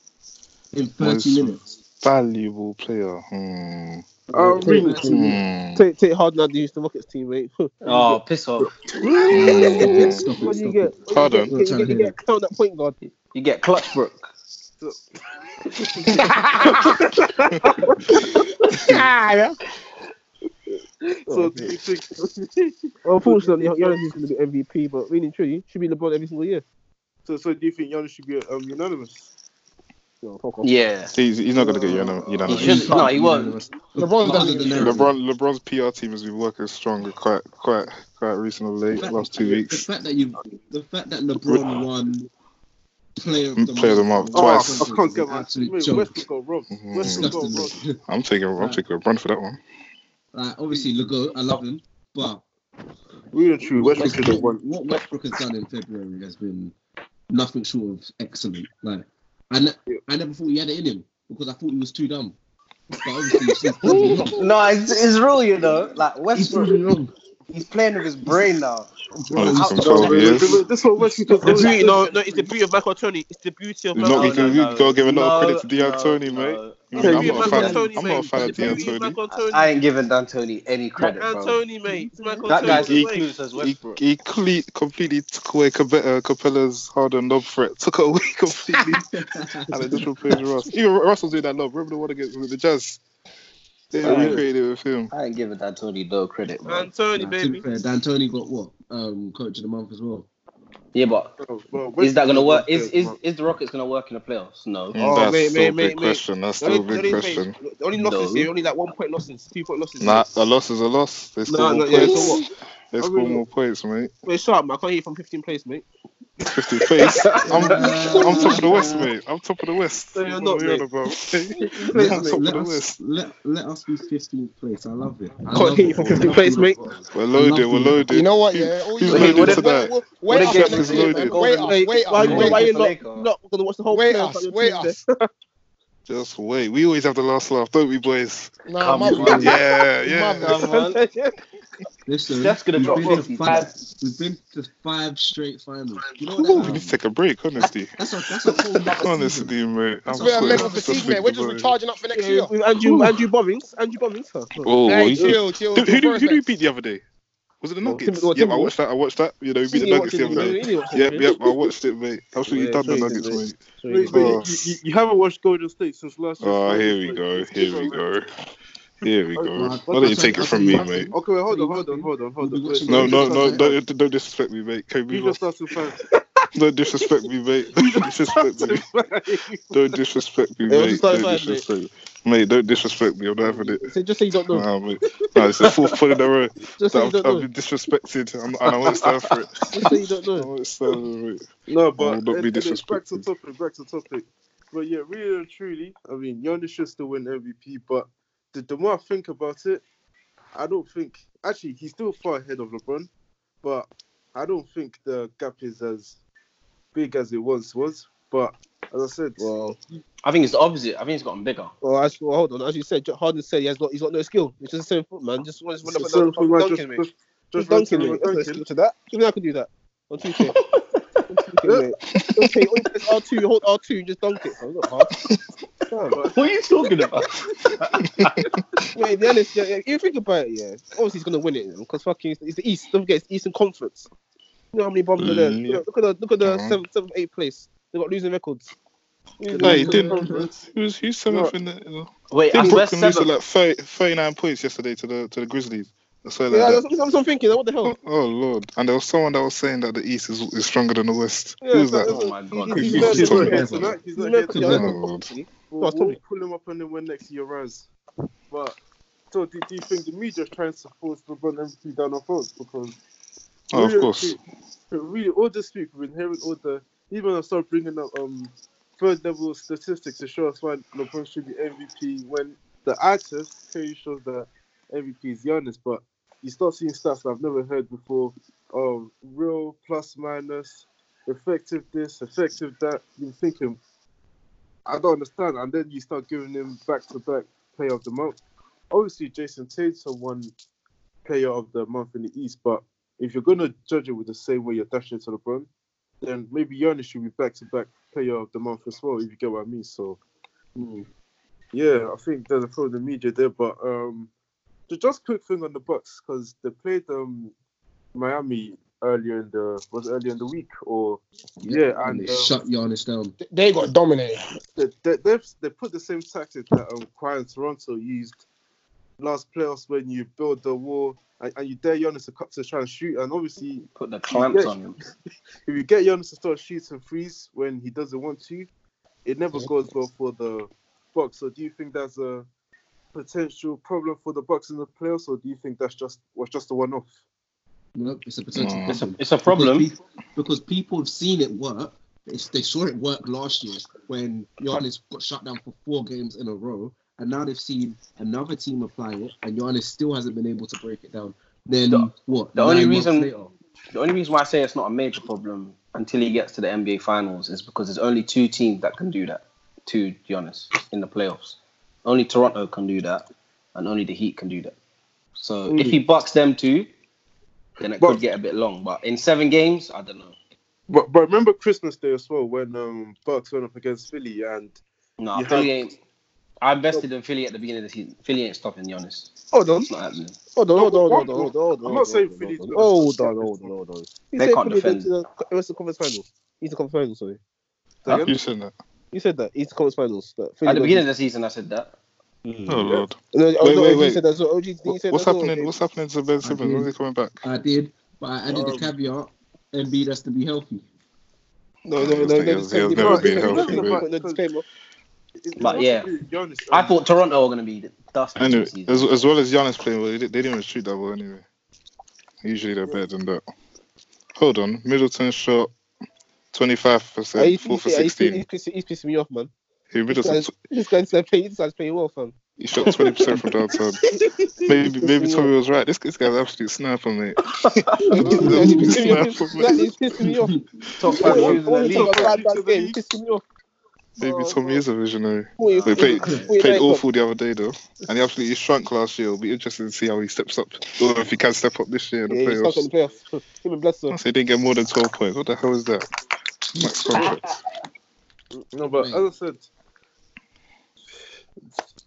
Speaker 5: In
Speaker 1: Most-
Speaker 5: 30 minutes.
Speaker 1: Valuable player. Hmm.
Speaker 3: Oh,
Speaker 7: Take-
Speaker 3: really?
Speaker 7: take-
Speaker 1: Hmm.
Speaker 6: Take, take Harden out the Houston Rockets team, mate. what
Speaker 4: oh, piss off!
Speaker 1: Hmm.
Speaker 5: Stop
Speaker 6: do
Speaker 5: it,
Speaker 6: you
Speaker 5: stop
Speaker 6: get?
Speaker 5: it.
Speaker 6: What do you
Speaker 1: Harden.
Speaker 6: get? You get, you get, you get clown that point guard.
Speaker 4: You get Clutchbrook.
Speaker 3: So, do you think
Speaker 6: Oh, Well, unfortunately, Giannis is going to be MVP, but really and truly, should be LeBron every single year.
Speaker 3: so, so do you think Giannis should be um, unanimous?
Speaker 6: No, fuck off.
Speaker 4: Yeah.
Speaker 1: He's, he's not gonna get you
Speaker 4: He
Speaker 1: unanimous.
Speaker 4: should-
Speaker 5: can't
Speaker 4: no, he
Speaker 5: be
Speaker 4: won't.
Speaker 5: unanimous.
Speaker 7: LeBron's
Speaker 5: Because
Speaker 7: done
Speaker 5: of
Speaker 7: it.
Speaker 5: the narrative.
Speaker 1: LeBron LeBron's PR team has been working strong quite quite quite recently,
Speaker 5: fact-
Speaker 1: last two
Speaker 5: The
Speaker 1: weeks.
Speaker 5: fact that you, the fact that LeBron won Player of the
Speaker 1: Player of the Month
Speaker 5: in one
Speaker 1: twice.
Speaker 5: conference
Speaker 3: Oh, I can't
Speaker 5: is
Speaker 3: get
Speaker 5: an
Speaker 3: my.
Speaker 5: absolute
Speaker 3: Mate,
Speaker 5: joke.
Speaker 3: Westbrook got robbed.
Speaker 1: Mhm.
Speaker 3: Westbrook got robbed.
Speaker 5: Disgustingly.
Speaker 1: I'm taking I'm taking LeBron for that one.
Speaker 5: like, obviously, Lego, I love him, but
Speaker 3: Real and true.
Speaker 5: what
Speaker 3: Westbrook should have
Speaker 5: Westbrook,
Speaker 3: won.
Speaker 5: what Westbrook has done in February has been nothing short of excellent. Like, I, ne- I never thought he had it in him because I thought he was too dumb. But obviously, he's he's proven wrong.
Speaker 4: No, it's, it's real, you know. Like
Speaker 5: He's
Speaker 4: Westbrook,
Speaker 5: proven wrong.
Speaker 4: he's playing with his brain now.
Speaker 1: Oh, it's
Speaker 4: out
Speaker 1: some
Speaker 4: the
Speaker 1: 12
Speaker 4: door.
Speaker 1: years.
Speaker 3: This is what Westbrook does.
Speaker 6: The beauty, no, no, it's the beauty of Michael Tony. It's the beauty of
Speaker 1: It's not
Speaker 6: Michael
Speaker 1: because we gotta give a lot of credit to
Speaker 4: no,
Speaker 1: D'Antoni,
Speaker 4: no,
Speaker 1: mate.
Speaker 4: no.
Speaker 1: I
Speaker 6: It's the
Speaker 1: mean, I'm
Speaker 6: beauty of
Speaker 1: not a
Speaker 6: Michael
Speaker 1: fan.
Speaker 6: Tony,
Speaker 1: I'm
Speaker 6: mate.
Speaker 1: not a fan of
Speaker 6: It's the beauty of
Speaker 1: D'Antoni.
Speaker 6: Michael
Speaker 4: I
Speaker 6: Tony.
Speaker 4: ain't giving D'Antoni any credit, bro.
Speaker 6: D'Antoni, mate. It's Michael
Speaker 4: That guy's
Speaker 1: He-
Speaker 6: Tony.
Speaker 1: he-
Speaker 4: recluse as
Speaker 1: He,
Speaker 4: Westbrook.
Speaker 1: he cle- completely took away Cabe- uh, Capella's hard and lob threat. Took it away completely. and it just replaced Russ. Even Russell's doing that lob. Remember the one against the Jazz? They
Speaker 4: Oh, yeah.
Speaker 1: recreated it with him.
Speaker 4: I ain't giving D'Antoni no credit, bro.
Speaker 6: D'Antoni,
Speaker 5: Nah, to be
Speaker 6: baby.
Speaker 5: fair, D'Antoni got what? Um, coach of the month as well.
Speaker 4: Yeah, but is that gonna work? Is is is the Rockets gonna work in the playoffs? No.
Speaker 1: Mm,
Speaker 6: Oh,
Speaker 1: that's
Speaker 6: mate,
Speaker 1: still
Speaker 6: mate,
Speaker 1: a big
Speaker 6: mate, mate.
Speaker 1: question. That's
Speaker 6: The
Speaker 1: still a
Speaker 6: only, the
Speaker 1: big
Speaker 6: only,
Speaker 1: question.
Speaker 6: mate, the only losses
Speaker 4: No.
Speaker 6: here, only like one point losses, two point losses.
Speaker 1: Nah, a loss is a loss. They score
Speaker 6: No, no,
Speaker 1: more
Speaker 6: yeah,
Speaker 1: points.
Speaker 6: so what?
Speaker 1: They
Speaker 6: I
Speaker 1: score
Speaker 6: really-
Speaker 1: more points, mate.
Speaker 6: Wait, shut up, man. I can't hear you from 15 place, mate.
Speaker 1: 50 face. I'm, I'm top of the West, mate. I'm top of the West.
Speaker 6: No, you're
Speaker 1: What
Speaker 6: not,
Speaker 1: are we on
Speaker 6: mate.
Speaker 1: about?
Speaker 5: Let,
Speaker 1: I'm
Speaker 5: us,
Speaker 1: top of
Speaker 5: let,
Speaker 1: the
Speaker 5: us,
Speaker 1: West.
Speaker 5: let, let us be 15th place. I love it. I
Speaker 6: Can't
Speaker 5: love
Speaker 6: hear you
Speaker 5: it.
Speaker 6: from 15th place, mate.
Speaker 1: We're loaded. We're
Speaker 5: Nothing.
Speaker 1: loaded.
Speaker 7: You know what?
Speaker 1: Who-
Speaker 7: Yeah. all
Speaker 1: Who's
Speaker 7: you-
Speaker 4: Wait,
Speaker 1: loaded
Speaker 4: what-
Speaker 1: for that?
Speaker 7: Wait, wait,
Speaker 4: what
Speaker 7: wait,
Speaker 4: again?
Speaker 7: up next year, man.
Speaker 1: Golden
Speaker 7: Wait up,
Speaker 6: Mate,
Speaker 7: wait
Speaker 6: why,
Speaker 7: up,
Speaker 5: no,
Speaker 6: why,
Speaker 7: wait
Speaker 6: why
Speaker 7: up.
Speaker 6: you
Speaker 4: for
Speaker 6: not,
Speaker 4: Laker.
Speaker 6: not gonna watch the whole
Speaker 7: Wait
Speaker 6: playoff
Speaker 7: us,
Speaker 6: like your
Speaker 7: wait
Speaker 6: team
Speaker 7: us.
Speaker 6: there?
Speaker 1: Just wait. We always have the last laugh, don't we, boys?
Speaker 7: Nah,
Speaker 4: Come
Speaker 7: my,
Speaker 4: on.
Speaker 1: Yeah, yeah.
Speaker 4: Come on.
Speaker 5: Listen,
Speaker 4: Steph's gonna
Speaker 5: we've
Speaker 4: drop
Speaker 5: been to
Speaker 4: 50
Speaker 5: five-
Speaker 4: times.
Speaker 5: We've been to five straight finals. You know
Speaker 1: Ooh,
Speaker 5: what
Speaker 1: we need
Speaker 5: that's
Speaker 1: to take a break, honestly.
Speaker 5: That's a, that's a whole nother season.
Speaker 1: Honestly, mate.
Speaker 7: We're
Speaker 1: I'm
Speaker 7: a
Speaker 1: sorry.
Speaker 7: level
Speaker 1: I'm
Speaker 7: fatigue,
Speaker 1: just
Speaker 7: mate. We're just
Speaker 1: thinking
Speaker 7: recharging up for next year.
Speaker 6: Yeah, with Andrew, Andrew Bobbins. Andrew Bobbins. Huh?
Speaker 1: about it. Oh, well,
Speaker 7: Hey,
Speaker 1: you should-
Speaker 7: chill, chill.
Speaker 1: Who- who,
Speaker 7: chill
Speaker 1: do-
Speaker 7: for a
Speaker 1: who do we
Speaker 7: sec.
Speaker 1: beat the other day? Was it the
Speaker 6: Oh,
Speaker 1: Nuggets?
Speaker 6: Tim- oh,
Speaker 1: yeah, I
Speaker 6: Timberwolves.
Speaker 1: watched that. I watched that. You know, we beat the
Speaker 6: You
Speaker 1: Nuggets
Speaker 6: watch
Speaker 1: the
Speaker 6: it,
Speaker 1: other
Speaker 6: you
Speaker 1: day.
Speaker 6: really watch it,
Speaker 1: Yep,
Speaker 6: mate.
Speaker 1: yep, I watched it, mate. Absolutely
Speaker 6: Yeah,
Speaker 1: done the
Speaker 6: sorry,
Speaker 1: Nuggets,
Speaker 6: mate.
Speaker 1: mate.
Speaker 3: Wait,
Speaker 1: Oh.
Speaker 3: wait, you, you, you haven't watched Golden State since last year.
Speaker 1: Oh, here we go. Here we go. Here we go.
Speaker 5: Nah,
Speaker 1: Why don't you take it from me, mate?
Speaker 6: Oh,
Speaker 3: Okay, wait, hold on, hold on, hold on, hold on. Wait,
Speaker 1: No, no, no. Don't, don't disrespect me, mate. Can we
Speaker 3: You
Speaker 1: lost
Speaker 3: just started fans.
Speaker 1: Don't disrespect me, mate. Don't disrespect me. Don't disrespect me,
Speaker 3: It was
Speaker 1: mate.
Speaker 3: so
Speaker 1: Don't
Speaker 3: bad, mate.
Speaker 1: disrespect me. Mate, don't disrespect me. I'm not having it.
Speaker 7: So just say you don't know.
Speaker 1: Nah, mate. Nah, it's the fourth point in a row
Speaker 7: just
Speaker 1: that
Speaker 7: say you
Speaker 1: I've,
Speaker 7: don't
Speaker 1: I've
Speaker 7: know.
Speaker 1: been disrespected and, and I won't stand for it.
Speaker 7: Just say you don't
Speaker 1: I
Speaker 7: know.
Speaker 1: won't stand for it.
Speaker 3: No,
Speaker 1: will
Speaker 3: but
Speaker 1: not be
Speaker 3: and- and it's back to
Speaker 1: disrespectful.
Speaker 3: topic, back to topic. But yeah, really and truly, I mean, Giannis should still win MVP, but the, the more I think about it, I don't think actually he's still far ahead of LeBron, but I don't think the gap is as big as it once was. But as I said,
Speaker 6: Well,
Speaker 4: I think it's the opposite. I think it's gotten bigger.
Speaker 6: well, as, well, hold on. As you said, Harden said he has got he's got no skill. It's just the same foot, man. Just just run
Speaker 3: so-
Speaker 6: up and
Speaker 3: so
Speaker 6: down,
Speaker 3: for my- just-
Speaker 6: dunking, mate.
Speaker 3: just-
Speaker 6: Just
Speaker 3: just run to
Speaker 6: dunking,
Speaker 3: the-
Speaker 6: mate. That's no
Speaker 3: dunking.
Speaker 6: skill to that. Even I could do that on Tuesday. on Tuesday, mate. Okay, on oh, R two, hold R two, just dunk it. Bro. Not hard.
Speaker 4: What are you talking about?
Speaker 6: Mate, the honest, yeah, yeah, if you think about it, yeah, obviously he's gonna win it because fucking it's the East. Don't forget it's Eastern Conference. You know how many bombs are there?
Speaker 1: Mm, yeah.
Speaker 6: Look, look at the look at the
Speaker 1: Mhm.
Speaker 6: seventh, seventh, eighth place. They got losing records.
Speaker 1: No, he didn't.
Speaker 3: Conference.
Speaker 1: He was who's seventh in the. in the-
Speaker 4: Wait,
Speaker 1: I
Speaker 4: I'm
Speaker 1: think
Speaker 4: West
Speaker 1: Brooklyn lose to
Speaker 4: seven.
Speaker 1: like 30, 39 points yesterday to the to the Grizzlies. I saw that.
Speaker 6: Yeah, that's, that's what I'm thinking. What the hell?
Speaker 1: Oh, oh, lord! And there was someone that was saying that the East is, is stronger than the West.
Speaker 6: Yeah,
Speaker 1: Who was
Speaker 6: that-
Speaker 1: that?
Speaker 4: Oh my god.
Speaker 1: He's
Speaker 3: He's,
Speaker 1: not
Speaker 3: not, he's not here
Speaker 1: talking
Speaker 5: about
Speaker 3: tonight.
Speaker 5: it.
Speaker 3: He's
Speaker 6: He's
Speaker 3: not
Speaker 6: not here
Speaker 3: here
Speaker 1: Oh,
Speaker 6: tonight.
Speaker 3: tonight.
Speaker 1: lord!
Speaker 3: We'll,
Speaker 6: Tommy.
Speaker 3: we'll pull him up and then when next year rise. But so do, do you think the media trying to force LeBron MVP down on folks? Because
Speaker 1: Oh, of
Speaker 3: really,
Speaker 1: course.
Speaker 3: really all this week we've been hearing all the even I start bringing up um third level statistics to show us why LeBron should be MVP when the artist clearly shows that MVP is Giannis, but you start seeing stats that I've never heard before. Um, real plus minus, effective this, effective that. You're thinking, I don't understand. And then you start giving him back to back player of the month. Obviously, Jason Tatum won player of the month in the East, but if you're going to judge it with the same way you're dashing to LeBron, then maybe Giannis should be back to back player of the month as well, if you get what I mean. So,
Speaker 5: Mm,
Speaker 3: yeah, I think there's a problem with the media there, but um, ju- just quick thing on the Bucks because they played um Miami earlier in the was it earlier in the week or yeah,
Speaker 5: And
Speaker 3: and
Speaker 5: they
Speaker 3: um,
Speaker 5: shut Giannis down.
Speaker 7: They got dominated.
Speaker 3: they, they, they've they put the same tactic that um, Kawhi and Toronto used last playoffs when you build the wall and, and you dare Giannis to, cut- to try and shoot, and obviously
Speaker 4: Put the clamps
Speaker 3: Yeah.
Speaker 4: on him.
Speaker 3: if you get Giannis to start shooting threes when he doesn't want to, it never
Speaker 7: Yeah.
Speaker 3: goes well for the Bucks. So do you think that's a potential problem for the Bucks in the playoffs, or do you think that's just was just a one-off?
Speaker 5: Nope, it's a potential
Speaker 1: Nah.
Speaker 4: It's a, Mm.
Speaker 5: problem.
Speaker 4: it's a problem.
Speaker 5: Because, peop- because people have seen it work. It's, they saw it work last year when Giannis got shut down for four games in a row, and now they've seen another team apply it, and Giannis still hasn't been able to break it down. Then
Speaker 4: The-
Speaker 5: what?
Speaker 4: the only
Speaker 5: nine months
Speaker 4: reason-
Speaker 5: later?
Speaker 4: The only reason why I say it's not a major problem until he gets to the NBA Finals is because there's only two teams that can do that, to Giannis, in the playoffs. Only Toronto can do that, and only the Heat can do that. So if he bucks them two, then it
Speaker 3: Hmm. But-
Speaker 4: could get a bit long. But in seven games, I don't know.
Speaker 3: But, but remember Christmas Day as well when um Bucks went up against Philly and
Speaker 4: No,
Speaker 3: You
Speaker 4: Philly ain't. I invested in Philly at the beginning of the season. Philly ain't stopping Giannis.
Speaker 6: Hold on,
Speaker 4: It's not happening.
Speaker 6: hold on, hold on, hold on,
Speaker 3: No,
Speaker 6: hold on, hold on.
Speaker 3: I'm
Speaker 6: hold
Speaker 3: not saying
Speaker 6: on,
Speaker 3: Philly's
Speaker 6: Hold
Speaker 3: gonna-
Speaker 6: on, hold on, hold on, hold on. You
Speaker 4: They
Speaker 6: said
Speaker 4: can't
Speaker 6: Philly went
Speaker 4: defend.
Speaker 6: to the Western Conference Finals. Eastern Conference Finals, sorry.
Speaker 3: Huh?
Speaker 1: You said that.
Speaker 6: You said that Eastern Conference Finals. That Philly
Speaker 4: At the
Speaker 6: got-
Speaker 4: beginning of the season, I said that.
Speaker 1: Oh lord!
Speaker 6: No,
Speaker 1: Wait,
Speaker 6: no,
Speaker 1: wait,
Speaker 6: OG
Speaker 1: wait.
Speaker 6: said that as well. OG, didn't you
Speaker 1: What-
Speaker 6: say
Speaker 1: What's
Speaker 6: that as well?
Speaker 1: happening? What's happening to Ben Simmons? When's he coming back?
Speaker 5: I did, but I added the caveat: Embiid has to be healthy.
Speaker 6: No, no, no,
Speaker 1: He
Speaker 6: no.
Speaker 1: was- he was never been healthy,
Speaker 3: mate.
Speaker 6: No disclaimer.
Speaker 3: it's- it's
Speaker 4: But
Speaker 3: not
Speaker 4: yeah.
Speaker 3: really Giannis,
Speaker 4: I
Speaker 3: um,
Speaker 4: thought Toronto were going to be dusty
Speaker 1: Anyway,
Speaker 4: this season.
Speaker 1: as, as well as Giannis playing well, they, didn't- they didn't even shoot that well anyway. Usually they're better than that. Hold on, Middleton shot
Speaker 6: Ah,
Speaker 1: 25%,
Speaker 6: He's
Speaker 1: 4 for
Speaker 6: he's- he's-
Speaker 1: 16.
Speaker 6: he's pissing he's pissing me off, man.
Speaker 1: He,
Speaker 6: This
Speaker 1: Middleton,
Speaker 6: guy's- this guy's like playing. This guy's playing well, fam.
Speaker 1: he shot 20% from downtown. Um, Maybe maybe Tommy was right. This, this guy's an absolute sniper, mate. absolute sniper,
Speaker 6: That
Speaker 1: mate.
Speaker 6: is pissing me off.
Speaker 4: Top
Speaker 6: All
Speaker 4: five
Speaker 6: you
Speaker 4: shooters in
Speaker 6: talk
Speaker 4: the league.
Speaker 6: about bad bad game, pissing me off.
Speaker 1: Maybe Tommy is a visionary.
Speaker 6: All you-
Speaker 1: They played,
Speaker 6: all you
Speaker 1: played
Speaker 6: like,
Speaker 1: awful the other day, though. And he absolutely shrunk last year. It'll be interesting to see how he steps up, or if he can step up this year in the
Speaker 6: Yeah, he's stuck in
Speaker 1: playoffs.
Speaker 6: the playoffs. Him and Bledsoe.
Speaker 1: Once they didn't get more than 12 points. What the hell is that? Max contract.
Speaker 3: No, but as I said,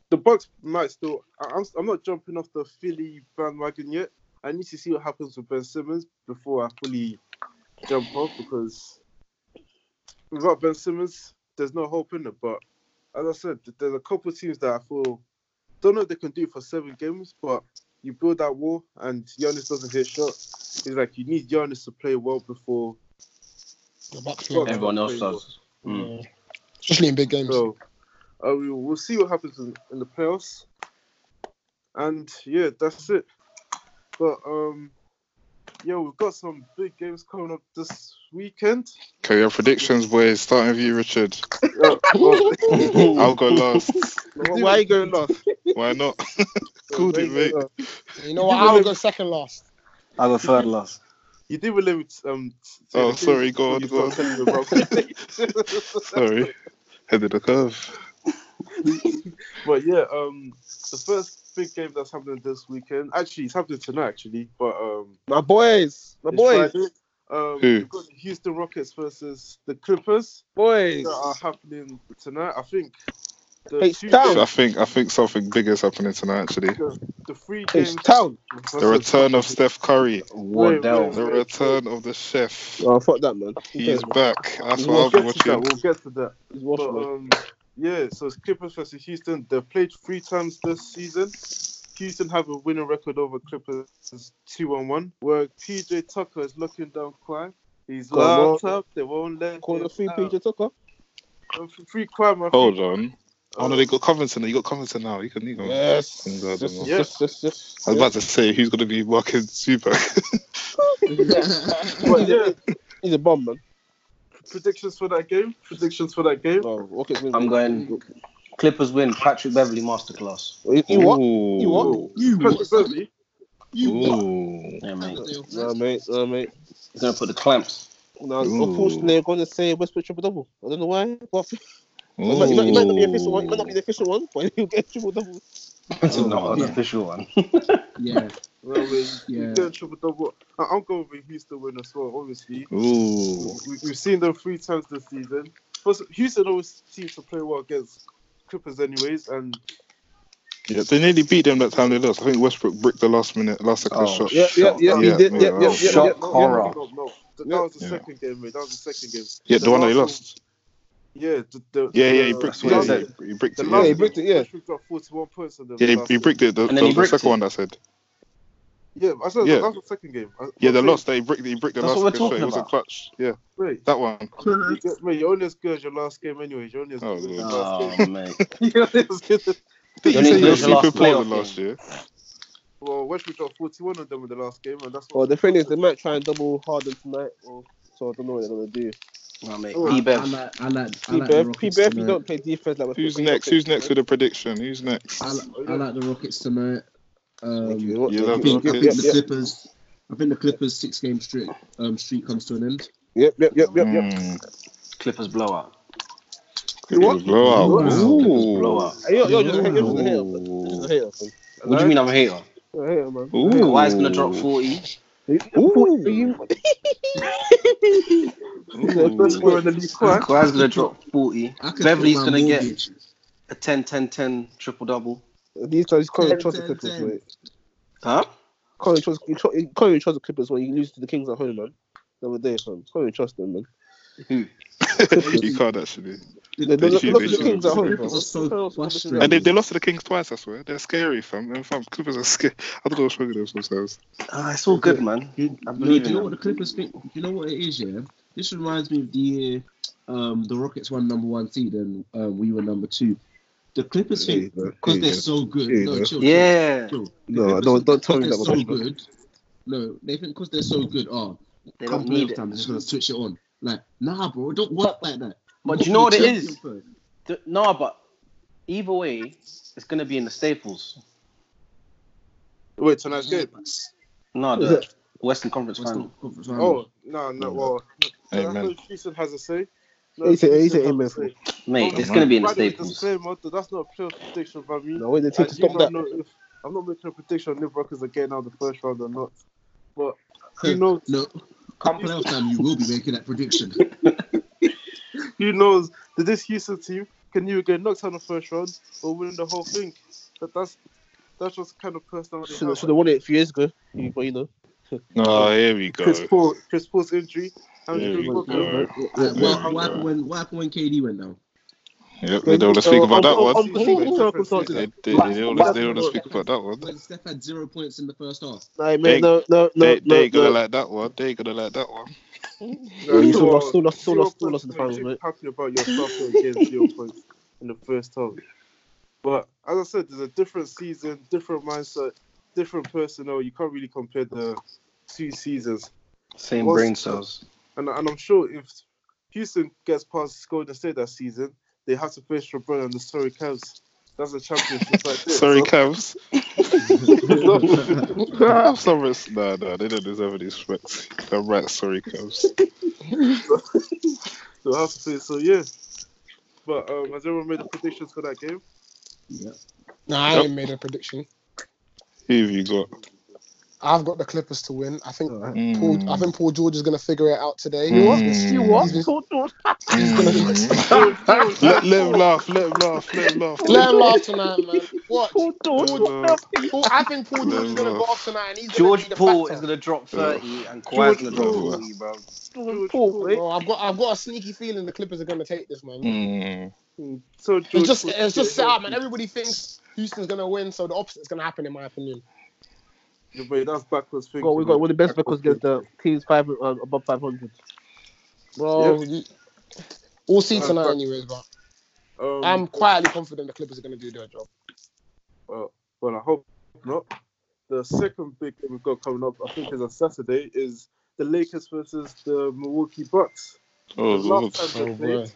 Speaker 3: the Bucks might still. I- I'm, I'm not jumping off the Philly bandwagon yet. I need to see what happens with Ben Simmons before I fully jump off because without Ben Simmons, there's no hope in it. But as I said, th- there's a couple of teams that I feel don't know if they can do it for seven games, but you build that wall and Giannis doesn't hit shot. It's like you need Giannis to play well before
Speaker 7: The Bucks
Speaker 3: Fuck.
Speaker 7: love him.
Speaker 4: Everyone else
Speaker 3: Pretty
Speaker 4: does. Mm.
Speaker 7: Yeah. Especially in big games.
Speaker 3: So, uh, we, we'll see what happens in, in the playoffs. And yeah, that's it. But um, yeah, we've got some big games coming up this weekend.
Speaker 1: Okay, your predictions, boys. Starting with you, Richard.
Speaker 3: Yeah, well,
Speaker 1: I'll go last.
Speaker 3: why are you going last?
Speaker 1: Why not? Cool,
Speaker 3: Why
Speaker 1: dude,
Speaker 3: you going
Speaker 1: mate.
Speaker 3: last?
Speaker 7: You know what? I'll go second last.
Speaker 4: I got third last.
Speaker 3: You did relate with um.
Speaker 1: Oh, sorry, go on,
Speaker 3: You
Speaker 1: go
Speaker 3: start telling me about predictions.
Speaker 1: Sorry. Head of the curve.
Speaker 3: But yeah, um, the first big game that's happening this weekend. Actually, it's happening tonight. Actually, but um,
Speaker 6: My boys, my
Speaker 3: it's
Speaker 6: boys,
Speaker 3: Friday. Um,
Speaker 1: Who?
Speaker 3: we've got the Houston Rockets versus the Clippers
Speaker 6: boys.
Speaker 3: that are happening tonight. I think the
Speaker 6: It's
Speaker 3: two
Speaker 6: down.
Speaker 1: I
Speaker 3: games-
Speaker 1: think I think something bigger is happening tonight. Actually,
Speaker 3: the, the three
Speaker 6: It's
Speaker 3: games.
Speaker 6: town.
Speaker 1: the return of Steph Curry.
Speaker 4: Wardell.
Speaker 1: The return of the chef.
Speaker 6: Oh, fuck that, man.
Speaker 1: He's back. That's what
Speaker 3: We'll
Speaker 1: I've been
Speaker 3: get, to that.
Speaker 1: watching.
Speaker 3: we'll get to that.
Speaker 6: He's
Speaker 3: But
Speaker 6: watching, man.
Speaker 3: um, yeah, so it's Clippers versus Houston. They've played three times this season. Houston have a winning record over Clippers 2 1 1, where PJ Tucker is looking down Kawhi. He's
Speaker 6: Come
Speaker 3: locked
Speaker 6: on.
Speaker 3: up. They won't let
Speaker 6: Corner
Speaker 3: him
Speaker 6: three,
Speaker 3: out.
Speaker 6: PJ Tucker.
Speaker 3: Um, Free Kawhi, my
Speaker 1: Hold on.
Speaker 3: Uh,
Speaker 1: Oh no, they got Covington. You got Covington now. You can you can-
Speaker 6: Yes.
Speaker 1: I don't
Speaker 6: Yes,
Speaker 1: know.
Speaker 6: yes, yes, yes.
Speaker 1: I was about to say who's gonna be working super.
Speaker 3: But yeah,
Speaker 6: He's a bomb, man.
Speaker 3: predictions for that game. Predictions for that game.
Speaker 6: No, Rockets win.
Speaker 4: I'm going Clippers win. Patrick Beverly masterclass.
Speaker 6: You, you what?
Speaker 1: Ooh.
Speaker 6: You what?
Speaker 5: You
Speaker 3: Patrick
Speaker 5: what?
Speaker 3: Beverley,
Speaker 5: You what?
Speaker 1: Ooh.
Speaker 4: Yeah, mate.
Speaker 6: No, mate. No, mate.
Speaker 4: He's gonna put the clamps.
Speaker 6: No,
Speaker 1: Ooh.
Speaker 6: unfortunately, I'm going to say Westbrook triple double. I don't know why. But
Speaker 1: Ooh.
Speaker 6: It might, it might- it might not be the official one. It might not be the official one, but he'll get triple double.
Speaker 4: Not an
Speaker 5: yeah.
Speaker 4: official one.
Speaker 5: Yeah.
Speaker 3: well, we-
Speaker 5: Yeah.
Speaker 3: we get triple double. I- I'm going with Houston win as well, obviously.
Speaker 1: Ooh.
Speaker 3: We, we've seen them three times this season. Plus, Houston always seems to play well against Clippers, anyways. And
Speaker 1: Yeah, they nearly beat them that time they lost. I think Westbrook bricked the last minute, last second
Speaker 4: Oh,
Speaker 1: shot.
Speaker 6: Yeah, yeah,
Speaker 4: Shot.
Speaker 6: yeah,
Speaker 1: Yeah,
Speaker 6: he did.
Speaker 1: mate,
Speaker 6: Yeah,
Speaker 1: that
Speaker 6: yeah,
Speaker 1: was
Speaker 6: yeah,
Speaker 4: shot
Speaker 6: yeah.
Speaker 4: horror.
Speaker 3: No, no, no. That, that was the
Speaker 1: Oh, Yeah.
Speaker 3: second game, mate. That was the second game.
Speaker 1: Yeah, the one that he
Speaker 3: last
Speaker 1: lost.
Speaker 3: Yeah, the, the,
Speaker 1: Yeah, yeah,
Speaker 3: the,
Speaker 1: he bricked
Speaker 4: that's
Speaker 1: it.
Speaker 4: what
Speaker 1: Yeah,
Speaker 4: I
Speaker 1: he- he bricked
Speaker 3: The
Speaker 1: it.
Speaker 3: last
Speaker 1: Yeah,
Speaker 6: he bricked it, yeah.
Speaker 3: Westbrook got 41 points on them.
Speaker 1: yeah he,
Speaker 3: last
Speaker 1: he
Speaker 3: game.
Speaker 1: bricked it. The,
Speaker 4: And then
Speaker 1: the,
Speaker 4: he
Speaker 1: the
Speaker 4: bricked
Speaker 1: second
Speaker 4: it.
Speaker 1: one that said.
Speaker 3: Yeah, I said
Speaker 1: Yeah.
Speaker 3: that was the second game. I,
Speaker 1: Yeah, the
Speaker 3: I'm
Speaker 1: loss. They bricked. He bricked the
Speaker 4: That's what
Speaker 1: last
Speaker 4: we're
Speaker 1: second shot.
Speaker 4: talking
Speaker 1: It was a
Speaker 4: about.
Speaker 1: clutch. Yeah,
Speaker 3: saying, Mate,
Speaker 1: that one.
Speaker 3: you get- mate, you're only as good as your last game, anyways. You're only as
Speaker 1: Oh,
Speaker 3: good as your
Speaker 1: Lord.
Speaker 3: last game.
Speaker 4: Oh, mate.
Speaker 3: You're only as good as-
Speaker 1: Did
Speaker 4: Don't
Speaker 1: you say
Speaker 4: even
Speaker 1: you were
Speaker 4: lose your last
Speaker 1: sleeping poor
Speaker 4: playoff
Speaker 1: than last year?
Speaker 3: Well, Westbrook got 41 on them in the last game, and that's
Speaker 6: Well,
Speaker 3: what.
Speaker 6: the thing is, they might try and double Harden tonight, or, so I don't know what they're going to do.
Speaker 4: No, mate.
Speaker 3: Oh,
Speaker 5: I
Speaker 4: P-Bev.
Speaker 5: like. I like. I like the
Speaker 6: PBF,
Speaker 5: Rockets
Speaker 6: PBF, you
Speaker 5: tonight.
Speaker 6: don't play defense like Westbrook.
Speaker 1: Who's
Speaker 6: you
Speaker 1: next?
Speaker 6: don't
Speaker 1: Who's
Speaker 6: play
Speaker 1: next with a prediction? Who's next?
Speaker 5: I, li- I like the Rockets tonight. Um,
Speaker 6: defense. Like,
Speaker 5: I
Speaker 1: You love
Speaker 5: think, I
Speaker 1: the
Speaker 5: think
Speaker 1: Rockets.
Speaker 5: the Clippers. I think the Clippers six game streak um, streak comes to an end.
Speaker 6: Yep, yep, yep, yep, yep.
Speaker 1: Mm.
Speaker 4: Clippers blowout.
Speaker 1: Clippers blowout.
Speaker 5: Wow.
Speaker 4: Clippers
Speaker 1: Ooh.
Speaker 4: blowout.
Speaker 6: Yo, yo, just, you're
Speaker 5: Ooh.
Speaker 6: just a hater, man. You're just a hater, man.
Speaker 4: What do you mean I'm a hater?
Speaker 6: You're a hater, man.
Speaker 1: Ooh.
Speaker 4: Kawhi's gonna drop 40.
Speaker 6: Ooh. The first one in the league, right?
Speaker 4: Kawhi's gonna drop 40.
Speaker 5: I could
Speaker 4: Beverly's
Speaker 5: put my
Speaker 4: gonna get
Speaker 5: mortgage.
Speaker 4: a 10 10 10 triple double.
Speaker 6: These guys, you can't even
Speaker 5: 10,
Speaker 6: trust the
Speaker 5: 10,
Speaker 6: Clippers,
Speaker 5: 10.
Speaker 6: mate.
Speaker 4: Huh?
Speaker 6: Can't even trust, you tr- you can't even trust the Clippers when you lose to the Kings at home, man. The other day, fam. Can't even trust them, man.
Speaker 4: Who?
Speaker 1: you can't actually.
Speaker 6: They- they look-
Speaker 1: should,
Speaker 6: look
Speaker 1: they
Speaker 6: at the
Speaker 1: should.
Speaker 6: Kings at home,
Speaker 5: Clippers
Speaker 6: fam.
Speaker 5: are so
Speaker 6: What else- what else-
Speaker 5: frustrating.
Speaker 1: And they, they lost to the Kings twice, I swear. They're scary, fam. And fam, Clippers are scary. I don't know what's wrong with them sometimes.
Speaker 4: Ah, it's all good, man.
Speaker 5: You,
Speaker 4: I
Speaker 5: no,
Speaker 4: believe in
Speaker 5: do you know
Speaker 4: them.
Speaker 5: what the Clippers think? Do you know what it is? Yeah, this reminds me of the year um, the Rockets won number one seed and um, we were number two. The Clippers think
Speaker 6: Yeah,
Speaker 5: because they're
Speaker 6: yeah.
Speaker 5: so good.
Speaker 6: Yeah,
Speaker 5: no,
Speaker 6: yeah.
Speaker 5: chill, chill,
Speaker 4: Yeah.
Speaker 5: chill. The
Speaker 6: No,
Speaker 5: Clippers
Speaker 6: don't
Speaker 5: think
Speaker 6: don't tell me that.
Speaker 5: because They're so
Speaker 6: man.
Speaker 5: good. No, they think because they're so good. Oh,
Speaker 4: They
Speaker 5: come
Speaker 4: don't need
Speaker 5: playoff
Speaker 4: it.
Speaker 5: time, they're just gonna switch it on. Like, nah, bro, it don't work like that.
Speaker 4: But you know what it
Speaker 5: Champion
Speaker 4: is?
Speaker 5: first.
Speaker 4: Th- No, but either way, it's gonna be in the Staples.
Speaker 3: Wait, tonight's
Speaker 1: Hmm.
Speaker 3: game.
Speaker 4: No, the Western Conference
Speaker 5: Western
Speaker 4: final.
Speaker 5: Conference
Speaker 3: Oh,
Speaker 5: Finals.
Speaker 3: no, no, well, no,
Speaker 1: Amen.
Speaker 3: that's what Houston has a say.
Speaker 6: He said- he
Speaker 3: Houston
Speaker 6: said
Speaker 3: has a
Speaker 6: amen.
Speaker 3: say.
Speaker 4: Mate,
Speaker 3: Oh,
Speaker 4: it's gonna be in the
Speaker 3: By the way,
Speaker 4: Staples.
Speaker 3: disclaimer, that- that's not a playoff prediction by me.
Speaker 6: No, wait, they take
Speaker 3: As you
Speaker 6: stop
Speaker 3: might
Speaker 6: that.
Speaker 3: know, if I'm not making a prediction on if Rockets are getting out of the first round or not. But who knows?
Speaker 5: No, come playoff time, you will be making that prediction.
Speaker 3: Who knows? Did this Houston team can you get knocked out in the first round or win the whole thing? But that's that's just the kind of personality. they
Speaker 6: Should
Speaker 3: have.
Speaker 6: have won it a few years ago. You, but you know,
Speaker 1: Oh, here we go.
Speaker 3: Chris Paul, Chris Paul's injury. How many
Speaker 1: There we
Speaker 3: people-
Speaker 1: go.
Speaker 5: Uh, Alright, what, what happened when what happened when KD went down?
Speaker 1: Yep, they don't want to speak
Speaker 3: Uh,
Speaker 1: about that
Speaker 3: um,
Speaker 1: one.
Speaker 3: um, um, internal consultant.
Speaker 1: They, they, they don't want to speak about that one.
Speaker 5: When Steph had zero points in the first half.
Speaker 3: Nah, mate,
Speaker 1: They-
Speaker 3: no, no, no,
Speaker 1: They,
Speaker 3: no,
Speaker 1: they ain't gonna
Speaker 3: no.
Speaker 1: like that one. They ain't gonna like that one.
Speaker 3: No,
Speaker 6: You
Speaker 3: you
Speaker 6: still
Speaker 3: are-
Speaker 6: lost- still lost- still
Speaker 3: zero
Speaker 6: lost- still
Speaker 3: points
Speaker 6: lost in the
Speaker 3: to make
Speaker 6: finals,
Speaker 3: you
Speaker 6: mate.
Speaker 3: Happy about yourself for getting zero points in the first half. But as I said, there's a different season, different mindset, different personnel. You can't really compare the two seasons.
Speaker 4: Same
Speaker 3: What's-
Speaker 4: brain cells.
Speaker 3: And and I'm sure if Houston gets past Golden State that season, they have to face LeBron and the sorry Cavs. That's a championship right there.
Speaker 1: Sorry,
Speaker 3: So-
Speaker 1: Cavs. nah, some res- nah, nah, they don't deserve any respect. I'm right, sorry, Cavs.
Speaker 3: So I have to say, so yeah. But um, has everyone made the predictions for that game?
Speaker 5: Yeah.
Speaker 7: No, I
Speaker 1: Yep.
Speaker 7: ain't made a prediction.
Speaker 1: Who have you got?
Speaker 7: I've got the Clippers to win. I think Uh, Paul, I
Speaker 1: Mm,
Speaker 7: think Paul George is gonna figure it out today.
Speaker 1: You
Speaker 5: Mm.
Speaker 1: what?
Speaker 7: He's-
Speaker 1: You what?
Speaker 7: he's been-
Speaker 1: mm. let, let him laugh, let him laugh, let him laugh.
Speaker 7: Let him laugh tonight, man. Watch. Paul,
Speaker 1: Oh, no.
Speaker 7: I think Paul George is gonna
Speaker 1: Let him
Speaker 7: go
Speaker 1: laugh.
Speaker 7: off tonight, and he's gonna
Speaker 4: George
Speaker 7: be the
Speaker 4: Paul
Speaker 7: factor.
Speaker 4: is gonna drop
Speaker 1: Uh,
Speaker 4: thirty, and Kawhi's gonna drop
Speaker 1: Paul.
Speaker 4: forty, bro.
Speaker 3: George
Speaker 6: Paul,
Speaker 3: Paul.
Speaker 6: mate.
Speaker 7: Bro, I've got I've got a sneaky feeling the Clippers are gonna take this, man.
Speaker 1: Mm.
Speaker 3: So
Speaker 7: It's
Speaker 3: George
Speaker 7: just
Speaker 3: Paul-
Speaker 7: it's just set up, man. Everybody thinks Houston's gonna win, so the opposite's gonna happen, in my opinion.
Speaker 3: Yeah, mate, that's backwards
Speaker 6: We
Speaker 3: thinking.
Speaker 6: got, we got
Speaker 3: man.
Speaker 6: one of the best records
Speaker 3: Backwards
Speaker 6: against the teams five uh, above 500.
Speaker 7: Bro, you, we'll see
Speaker 3: Uh,
Speaker 7: tonight,
Speaker 3: but-
Speaker 7: anyways. But
Speaker 3: thinking. Um,
Speaker 7: I'm quietly confident the Clippers are gonna do their job.
Speaker 3: well, I hope not. The second big game we've got coming up, I think, is on Saturday, is the Lakers versus the Milwaukee Bucks.
Speaker 1: Oh,
Speaker 3: The last
Speaker 1: Lord.
Speaker 3: time they
Speaker 7: Oh, boy.
Speaker 3: played,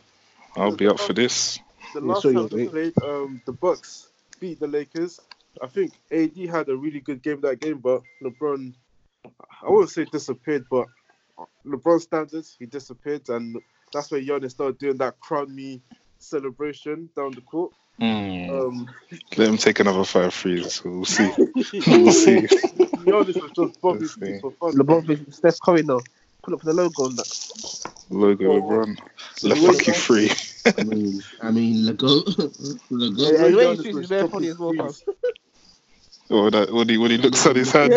Speaker 1: I'll be up for this.
Speaker 3: the
Speaker 6: Yeah,
Speaker 3: last
Speaker 6: so
Speaker 3: time
Speaker 6: you're
Speaker 3: they played, um, the Bucks beat the Lakers. I think AD had a really good game that game, but LeBron, I won't say disappeared, but LeBron standards, he disappeared, and that's where Giannis started doing that crown me celebration down the court.
Speaker 1: Mm.
Speaker 3: Um,
Speaker 1: Let him take another five threes. We'll see. we'll see.
Speaker 3: Giannis was just bobbing
Speaker 1: Let's see.
Speaker 3: things for fun.
Speaker 6: LeBron versus Steph Curry now. Pull up for the logo on that.
Speaker 1: Logo
Speaker 3: Oh.
Speaker 1: LeBron. Le fuck you free.
Speaker 5: I mean, I mean, Lego, Lego.
Speaker 6: Yeah, the way he
Speaker 3: Giannis
Speaker 6: shoots
Speaker 3: was
Speaker 6: is very
Speaker 3: dropping
Speaker 6: funny as well.
Speaker 3: threes.
Speaker 1: Oh, that, when, he, when he looks at his hand.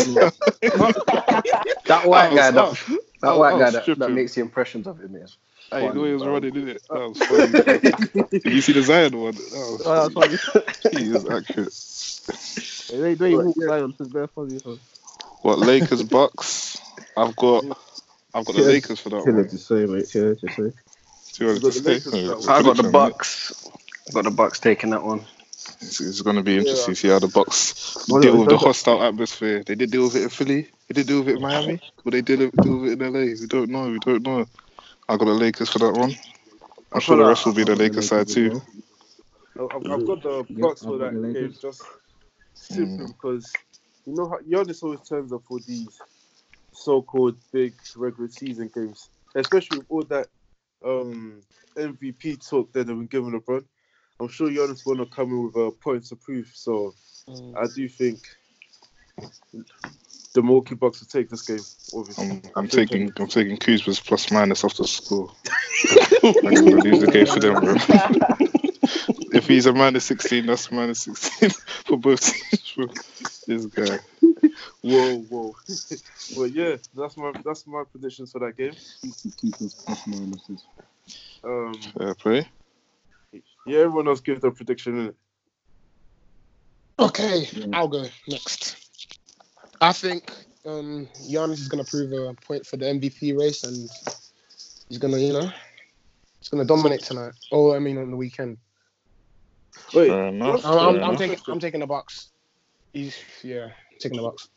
Speaker 4: That white
Speaker 1: was
Speaker 4: guy, that,
Speaker 1: off.
Speaker 4: that
Speaker 1: was
Speaker 4: white guy
Speaker 1: off,
Speaker 4: that,
Speaker 1: strip
Speaker 4: that
Speaker 1: him.
Speaker 4: makes the impressions of him is.
Speaker 1: Hey, the way he was
Speaker 4: fun, bro.
Speaker 1: running in it. That was funny. Did you see the Zion one? That was
Speaker 6: Oh, that's funny.
Speaker 1: funny. He was accurate.
Speaker 6: Yeah, they, they walk Zion, so it's very funny. So.
Speaker 1: What Lakers Bucks? I've got. I've got the
Speaker 6: Yes.
Speaker 1: Lakers for that one.
Speaker 6: to say, mate. Yeah, to say.
Speaker 1: Do you
Speaker 3: You've got
Speaker 1: want to
Speaker 3: the
Speaker 1: stay?
Speaker 3: Lakers for that one.
Speaker 4: I got the Bucks. I got the Bucks taking that one.
Speaker 1: It's, it's going to be interesting to see how the Bucks
Speaker 6: Well,
Speaker 1: deal
Speaker 6: it's
Speaker 1: with the
Speaker 6: also-
Speaker 1: hostile atmosphere. They did deal with it in Philly. They did deal with it in Miami. Will they deal, deal with it in LA? We don't know. We don't know. I got the Lakers for that one. I'm sure the
Speaker 3: got
Speaker 1: rest will be the Lakers side too.
Speaker 3: I've, I've got the
Speaker 5: Mm. Yeah,
Speaker 3: Bucks
Speaker 5: I've
Speaker 3: for that
Speaker 5: got the Mm.
Speaker 3: game
Speaker 5: Lakers.
Speaker 3: just simply because you know how Giannis always turns up for these so-called big regular season games, especially with all that um, MVP talk that they've been giving LeBron. I'm sure Giannis want to come in with a point to prove. So
Speaker 6: Mm.
Speaker 3: I do think the Milwaukee Bucks will take this game. Obviously,
Speaker 5: Mm.
Speaker 1: I'm, I'm
Speaker 3: think
Speaker 1: taking I'm taking Kuzma's plus minus off the score. I'm gonna lose the game for them, bro. if he's a minus 16, that's minus 16 for both teams. Bro. This guy.
Speaker 3: Whoa, whoa. well, yeah, that's my that's my predictions for that game. Um,
Speaker 1: Fair play.
Speaker 3: yeah, everyone else give their prediction. innit?
Speaker 7: Okay, I'll go next. I think um, Giannis is gonna prove a point for the MVP race, and he's gonna, you know, he's gonna dominate tonight. Oh, I mean, on the weekend.
Speaker 3: Wait,
Speaker 1: Fair enough.
Speaker 7: I'm,
Speaker 1: fair
Speaker 7: I'm, I'm
Speaker 1: enough.
Speaker 7: taking, I'm taking the Bucks. He's, yeah, taking the Bucks.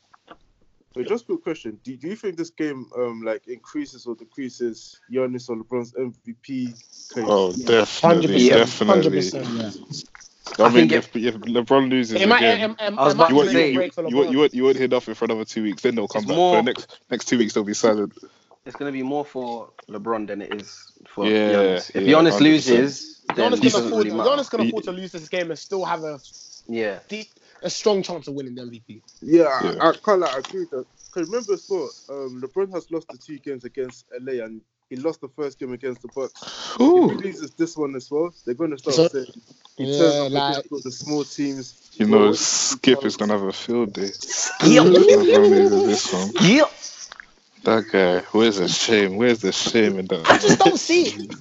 Speaker 3: wait, just a quick question. Do, do you think this game um like increases or decreases Giannis or LeBron's MVP claim?
Speaker 1: Oh, definitely,
Speaker 7: 100%.
Speaker 1: definitely.
Speaker 7: 100%.
Speaker 5: Yeah.
Speaker 1: I
Speaker 4: I
Speaker 1: mean,
Speaker 4: think
Speaker 1: if, if LeBron loses
Speaker 7: It might, it,
Speaker 1: again,
Speaker 7: it, it,
Speaker 4: I was
Speaker 7: it
Speaker 4: about
Speaker 7: might
Speaker 1: you
Speaker 4: to
Speaker 1: won't,
Speaker 7: be
Speaker 4: say-
Speaker 7: a
Speaker 1: you,
Speaker 7: break for
Speaker 1: won't- you, won't,
Speaker 7: LeBron.
Speaker 1: you, won't, you won't hear nothing for another two weeks. Then they'll come
Speaker 4: It's
Speaker 1: back.
Speaker 4: more-
Speaker 1: For the next next two weeks, they'll be silent.
Speaker 4: It's gonna be more for LeBron than it is for
Speaker 1: Yeah,
Speaker 4: Giannis. If
Speaker 1: yeah,
Speaker 4: Giannis
Speaker 1: 100%.
Speaker 4: loses, then it
Speaker 7: Giannis can
Speaker 4: doesn't
Speaker 7: afford,
Speaker 4: really matter.
Speaker 7: Giannis can afford to lose this game and still have a
Speaker 4: Yeah.
Speaker 7: deep, a strong chance of winning the MVP.
Speaker 3: Yeah, I-
Speaker 1: Yeah.
Speaker 3: I, can't like, I agree with that. Because remember as well, um, LeBron has lost the two games against LA and he lost the first game against the Bucks. If
Speaker 1: Ooh,
Speaker 3: he loses this one as well, they're going to start
Speaker 7: So-
Speaker 3: saying he turns
Speaker 7: Yeah,
Speaker 3: up
Speaker 7: like
Speaker 3: against all the small teams.
Speaker 1: you
Speaker 3: Well,
Speaker 1: know, Skip is gonna have a field day.
Speaker 4: Yeah.
Speaker 1: LeBron loses this one.
Speaker 4: Yeah.
Speaker 1: That guy, where's the shame? Where's the shame in
Speaker 7: I just
Speaker 1: that?
Speaker 7: don't see it.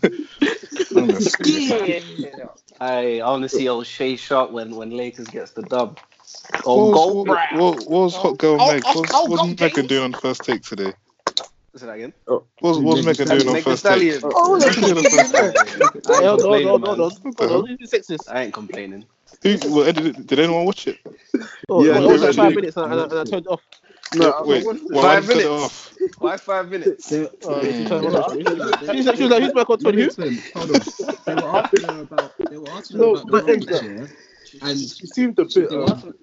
Speaker 1: Honestly.
Speaker 4: I want to see old Shea Sharp when when Lakers gets the dub.
Speaker 1: What
Speaker 4: Oh,
Speaker 1: was,
Speaker 4: gold
Speaker 1: what,
Speaker 4: brand.
Speaker 1: what, what was Hot Girl
Speaker 7: oh,
Speaker 1: Meg?
Speaker 7: oh,
Speaker 1: What
Speaker 7: oh,
Speaker 1: was,
Speaker 7: go
Speaker 1: what was Megan
Speaker 7: Kings.
Speaker 1: doing on first take today?
Speaker 4: Say that again.
Speaker 1: What was, what was
Speaker 5: Megan
Speaker 1: Megan
Speaker 5: Stallion.
Speaker 1: doing on
Speaker 4: Megan
Speaker 1: first take?
Speaker 4: Stallion.
Speaker 1: What was she doing on first take?
Speaker 4: I ain't
Speaker 6: hold on,
Speaker 4: complaining,
Speaker 6: hold on, hold
Speaker 4: man.
Speaker 6: on.
Speaker 1: What the
Speaker 6: Hold on,
Speaker 1: hell?
Speaker 6: who's the sexist?
Speaker 4: I ain't complaining.
Speaker 1: Who, well, did, did anyone watch it?
Speaker 6: Oh,
Speaker 3: Yeah,
Speaker 6: what,
Speaker 1: no,
Speaker 6: it was like
Speaker 1: really.
Speaker 6: five minutes and, I-
Speaker 5: I
Speaker 6: and I
Speaker 5: watched it.
Speaker 6: turned it off.
Speaker 3: No, I- I
Speaker 1: Wait,
Speaker 3: watched it.
Speaker 1: what, I
Speaker 4: Five
Speaker 1: turned it
Speaker 4: minutes.
Speaker 1: off.
Speaker 4: Why five minutes?
Speaker 5: They,
Speaker 6: Oh, she turned
Speaker 1: Mm.
Speaker 6: it
Speaker 5: Hold
Speaker 6: off.
Speaker 5: on, hold on.
Speaker 6: She
Speaker 5: They,
Speaker 6: was like, she was like, who's my
Speaker 5: no,
Speaker 6: content? Who?
Speaker 5: listen, hold on. They were asking her about they were asking her
Speaker 3: No,
Speaker 5: about the
Speaker 3: but
Speaker 5: roles,
Speaker 3: Edgar,
Speaker 5: yeah,
Speaker 3: she,
Speaker 5: and
Speaker 3: she seemed a
Speaker 5: she,
Speaker 3: bit.
Speaker 5: they were
Speaker 1: uh,
Speaker 3: Um,
Speaker 5: asking,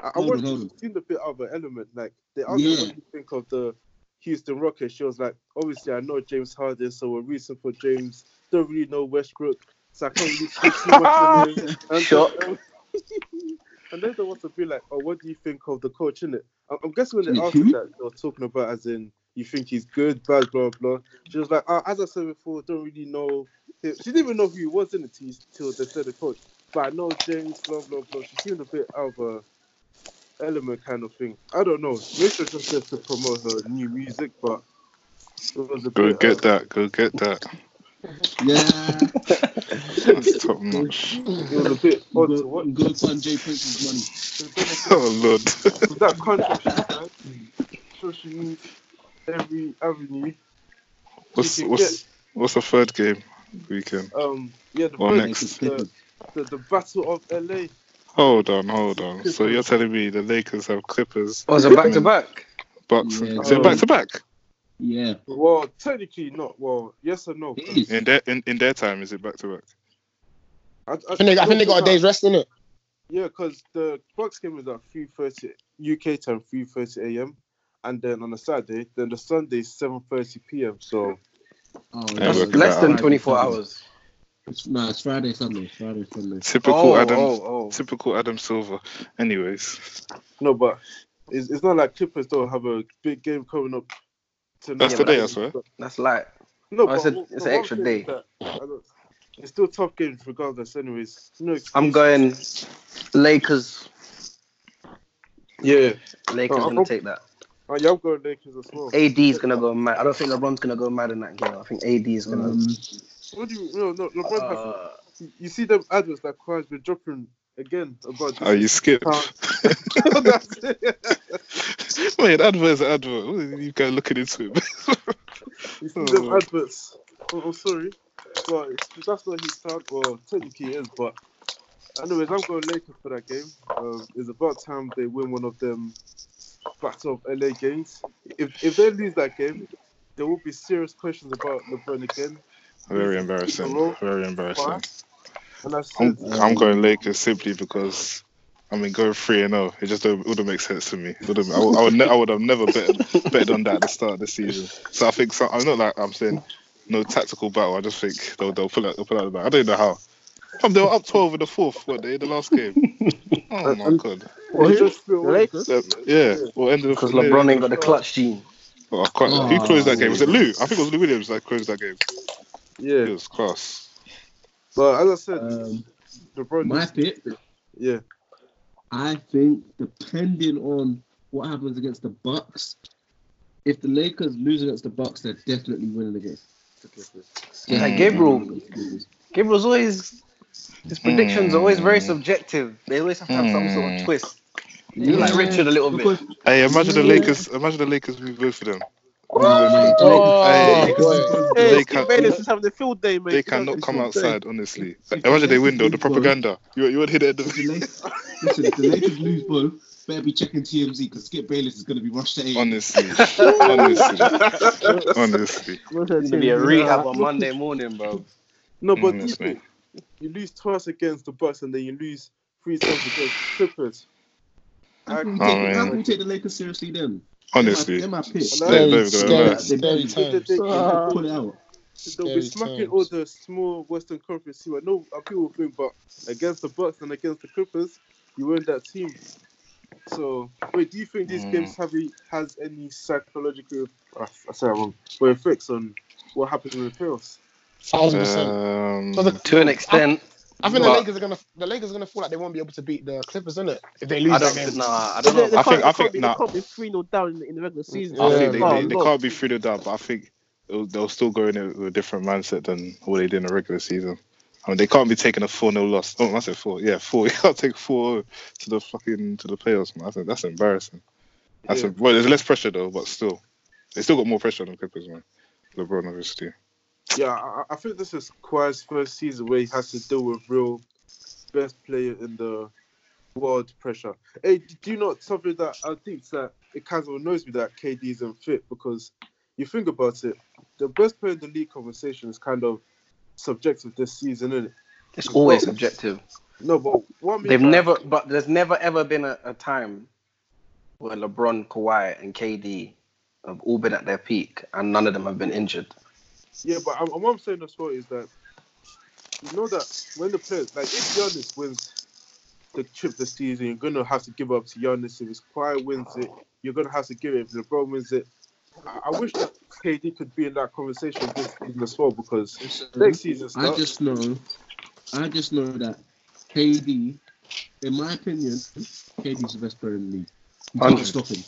Speaker 3: I, I
Speaker 5: hold on,
Speaker 3: watched it.
Speaker 5: hold on.
Speaker 3: She seemed a bit out of an element. Like they asked her
Speaker 5: Yeah.
Speaker 3: what do you think of the Houston Rockets. She was like, obviously I know James Harden, so we're rooting for James. Don't really know Westbrook, so I can't really speak too much on him. And
Speaker 4: Shock.
Speaker 3: then, um, and then there was to be like, oh, what do you think of the coach? In it, I'm, I'm guessing when they
Speaker 5: Wait,
Speaker 3: asked her
Speaker 5: who?
Speaker 3: that, they were talking about as in you think he's good, bad, blah blah. She was like, oh, as I said before, don't really know. Him. She didn't even know who he was in it till till they said the coach. But I know James, blah blah blah. She seemed a bit out of. Uh, element kind of thing. I don't know. Maybe it's just there to promote her new music, but it was a
Speaker 1: Go
Speaker 3: bit.
Speaker 1: get
Speaker 3: uh,
Speaker 1: that. Go get that.
Speaker 5: Yeah.
Speaker 1: That's top notch.
Speaker 3: It was a bit
Speaker 5: Go,
Speaker 3: odd to watch.
Speaker 5: go find Jay Prince's money.
Speaker 3: But then again,
Speaker 1: Oh lord.
Speaker 3: With that contract she signed, so she needs every avenue
Speaker 1: what's
Speaker 3: she can
Speaker 1: what's what's the third game weekend?
Speaker 3: get. Um, yeah, the
Speaker 1: Well,
Speaker 3: first,
Speaker 1: next.
Speaker 3: the,
Speaker 5: Lakers Clippers.
Speaker 3: the the battle of LA.
Speaker 1: Hold on, hold on. So you're telling me the Lakers have Clippers,
Speaker 4: Was it back to back?
Speaker 1: Bucks?
Speaker 5: Yeah, Oh.
Speaker 1: Is it back to back?
Speaker 5: Yeah.
Speaker 3: Well, technically not. Well, yes or no?
Speaker 5: It is.
Speaker 1: In their in, in their time, is it back to back?
Speaker 3: I, I,
Speaker 7: I think they, I think they got a
Speaker 3: no,
Speaker 7: day's rest in it.
Speaker 3: Yeah, because the Bucks game is at three thirty UK time, three thirty a.m. And then on a Saturday, then the Sunday seven thirty p.m. So
Speaker 5: Oh, no,
Speaker 1: Yeah, work
Speaker 4: That's
Speaker 1: it
Speaker 5: it's
Speaker 4: less
Speaker 1: out.
Speaker 4: than
Speaker 5: Friday,
Speaker 4: 24
Speaker 5: Sunday.
Speaker 4: hours.
Speaker 5: It's, no, it's Friday, Sunday. Friday, Sunday.
Speaker 1: Typical
Speaker 4: Oh,
Speaker 1: Adam.
Speaker 4: oh, oh.
Speaker 1: Typical Adam Silver. Anyways,
Speaker 3: No, but it's, it's not like Clippers don't have a big game coming up tonight.
Speaker 1: that's
Speaker 4: Yeah,
Speaker 1: the
Speaker 4: but
Speaker 1: day, I
Speaker 4: that's-
Speaker 1: swear.
Speaker 4: That's light.
Speaker 3: No,
Speaker 4: Oh, it's
Speaker 3: but
Speaker 4: a-
Speaker 3: what- but
Speaker 4: it's an
Speaker 3: what
Speaker 4: extra
Speaker 3: I'm saying is
Speaker 4: day.
Speaker 3: that I don't- It's still tough games regardless. Anyways, no
Speaker 4: I'm
Speaker 3: excuse.
Speaker 4: going Lakers.
Speaker 3: Yeah,
Speaker 4: Lakers
Speaker 3: Oh,
Speaker 4: gonna
Speaker 3: I'm-
Speaker 4: take that.
Speaker 3: oh, yeah, I'm going Lakers as well.
Speaker 4: AD is gonna go mad. I don't think LeBron's gonna go mad in that game. I think AD is gonna.
Speaker 5: Um,
Speaker 3: What do you? No, no, LeBron. has,
Speaker 4: uh,
Speaker 3: you- you see them adverts that Kawhi's been dropping again about.
Speaker 1: Oh, you skip.
Speaker 4: Uh,
Speaker 3: That's it.
Speaker 1: Wait, advert is an advert. What are You go looking into it.
Speaker 3: you see
Speaker 1: Oh,
Speaker 3: them
Speaker 1: Lord.
Speaker 3: adverts. Oh, I'm sorry, but it's- that's not his sound. Well, technically it is, but anyways, I'm going Lakers for that game. Um, it's about time they win one of them battle of LA games. If if they lose that game, there will be serious questions about LeBron again.
Speaker 1: Very embarrassing. Very embarrassing.
Speaker 3: And I
Speaker 1: I'm
Speaker 3: said,
Speaker 1: I'm going Lakers simply because. I mean, going three and zero, it just don't, it wouldn't make sense to me. It wouldn't, I, would, I would, ne- I would have never bet, bet on that at the start of the season. So I think so, I'm not like I'm saying no tactical battle. I just think they'll, they'll pull out, they'll pull out the bat. I don't know how. Fam, they were up twelve in the fourth, weren't they? In the last game. Oh
Speaker 4: Uh,
Speaker 1: my
Speaker 4: um,
Speaker 1: god.
Speaker 3: well,
Speaker 6: Who?
Speaker 3: just feel
Speaker 6: The Lakers?
Speaker 1: Um, yeah. Well, end of
Speaker 4: Because LeBron ain't got the clutch gene.
Speaker 1: Oh, I can't- who
Speaker 5: Oh,
Speaker 1: closed that game? Was it Lou? I think it was Lou Williams that closed that game. It
Speaker 3: yeah.
Speaker 1: was class.
Speaker 3: But as I said,
Speaker 5: um,
Speaker 3: LeBron,
Speaker 6: Uh,
Speaker 5: my
Speaker 3: is,
Speaker 5: pick,
Speaker 3: yeah,
Speaker 5: I think, depending on what happens against the Bucks, if the Lakers lose against the Bucks, they're definitely winning against the Clippers.
Speaker 4: Like Gabriel, Gabriel's always his predictions are always very
Speaker 1: Hmm.
Speaker 4: subjective. They always have to have some sort of
Speaker 1: Hmm.
Speaker 4: twist. You like
Speaker 5: Yeah,
Speaker 4: Richard a little bit.
Speaker 5: because-
Speaker 1: Hey, imagine the
Speaker 5: Yeah.
Speaker 1: Lakers. Imagine the Lakers move both of them.
Speaker 5: Oh my God.
Speaker 4: Oh,
Speaker 1: Hey,
Speaker 7: boy.
Speaker 6: Hey,
Speaker 1: They
Speaker 6: Steve
Speaker 1: can't-
Speaker 6: Bayless is having the field day, mate.
Speaker 1: They
Speaker 6: He's having
Speaker 1: cannot
Speaker 6: the
Speaker 1: come
Speaker 6: field day.
Speaker 1: outside, honestly.
Speaker 5: If the
Speaker 1: Imagine they
Speaker 5: Lakers
Speaker 1: window the
Speaker 5: lose both-
Speaker 1: propaganda. You you would hit it at
Speaker 5: If
Speaker 1: the
Speaker 5: the Lakers, listen, if the Lakers lose both, better be checking TMZ because Skip Bayless is going to be rushed to A.
Speaker 1: honestly, honestly, honestly.
Speaker 6: What's
Speaker 4: It's gonna be a
Speaker 6: team?
Speaker 4: rehab on Monday morning, bro.
Speaker 3: no, but do you
Speaker 1: Honestly.
Speaker 3: think you lose twice against the Bucks and then you lose three times against Clippers?
Speaker 5: How can we
Speaker 1: Oh,
Speaker 5: take, how
Speaker 1: man.
Speaker 5: can we take the Lakers seriously then?
Speaker 1: Honestly,
Speaker 5: They're my, they're my pick.
Speaker 1: They- they're
Speaker 7: Scary,
Speaker 1: not even gonna
Speaker 7: scary,
Speaker 1: lie.
Speaker 7: scary
Speaker 5: They-
Speaker 3: They- they-
Speaker 7: times.
Speaker 3: they-
Speaker 5: They'll pull it out.
Speaker 3: They'll be
Speaker 7: Scary
Speaker 3: smacking
Speaker 7: times.
Speaker 3: all the small Western Conference team. I know uh, people think, but against the Bucks and against the Clippers, you weren't that team. So, wait, do you think these
Speaker 1: Mm.
Speaker 3: games have a, has any psychological, uh, sorry, wrong, well, effects on what happens in the playoffs?
Speaker 7: Thousand percent. So
Speaker 1: Um,
Speaker 7: the-
Speaker 4: To an extent,
Speaker 7: I think the
Speaker 4: But-
Speaker 7: Lakers are gonna the Lakers are gonna feel like they won't be able to beat the Clippers, innit? If they lose
Speaker 4: I
Speaker 7: that
Speaker 4: don't.
Speaker 7: game.
Speaker 4: Nah, I
Speaker 6: They,
Speaker 4: don't
Speaker 6: they,
Speaker 4: know.
Speaker 6: they
Speaker 1: I
Speaker 6: can't,
Speaker 1: think-
Speaker 6: they
Speaker 1: I
Speaker 6: can't
Speaker 1: think
Speaker 6: be,
Speaker 1: nah.
Speaker 6: they can't be 3 0 down in, in the regular season.
Speaker 1: I think they,
Speaker 6: oh,
Speaker 1: they, they
Speaker 6: Lord.
Speaker 1: can't be through the dub, but I think they'll, they'll still go in it with a different mindset than what they did in the regular season. I mean, they can't be taking a 4 0 loss. Oh, I said 4. Yeah, 4. You can't take 4 to the fucking to the playoffs, man. I think that's embarrassing. That's
Speaker 3: Yeah.
Speaker 1: em- well, there's less pressure, though, but still. They still got more pressure on the Clippers, man. LeBron, obviously.
Speaker 3: Yeah, I, I think this is Kawhi's first season where he has to deal with real best player in the world pressure. Hey, do you know something that I think that it kind of annoys me that KD isn't fit because you think about it, the best player in the league conversation is kind of subjective this season, isn't it?
Speaker 4: It's always subjective.
Speaker 3: No, but what I mean
Speaker 4: They've
Speaker 3: by-
Speaker 4: never, but there's never ever been a, a time where LeBron, Kawhi, and KD have all been at their peak and none of them have been injured.
Speaker 3: Yeah, but I'm, what I'm saying as well is that you know that when the players like if Giannis wins the chip this season, you're gonna have to give up to Giannis. If it's Kawhi wins it, you're gonna have to give it. If LeBron wins it, I, I wish that KD could be in that conversation this season as well because next season
Speaker 5: I
Speaker 3: starts.
Speaker 5: just know, I just know that KD, in my opinion, KD's the best player in the league. You can't
Speaker 4: Hundred.
Speaker 5: stop him.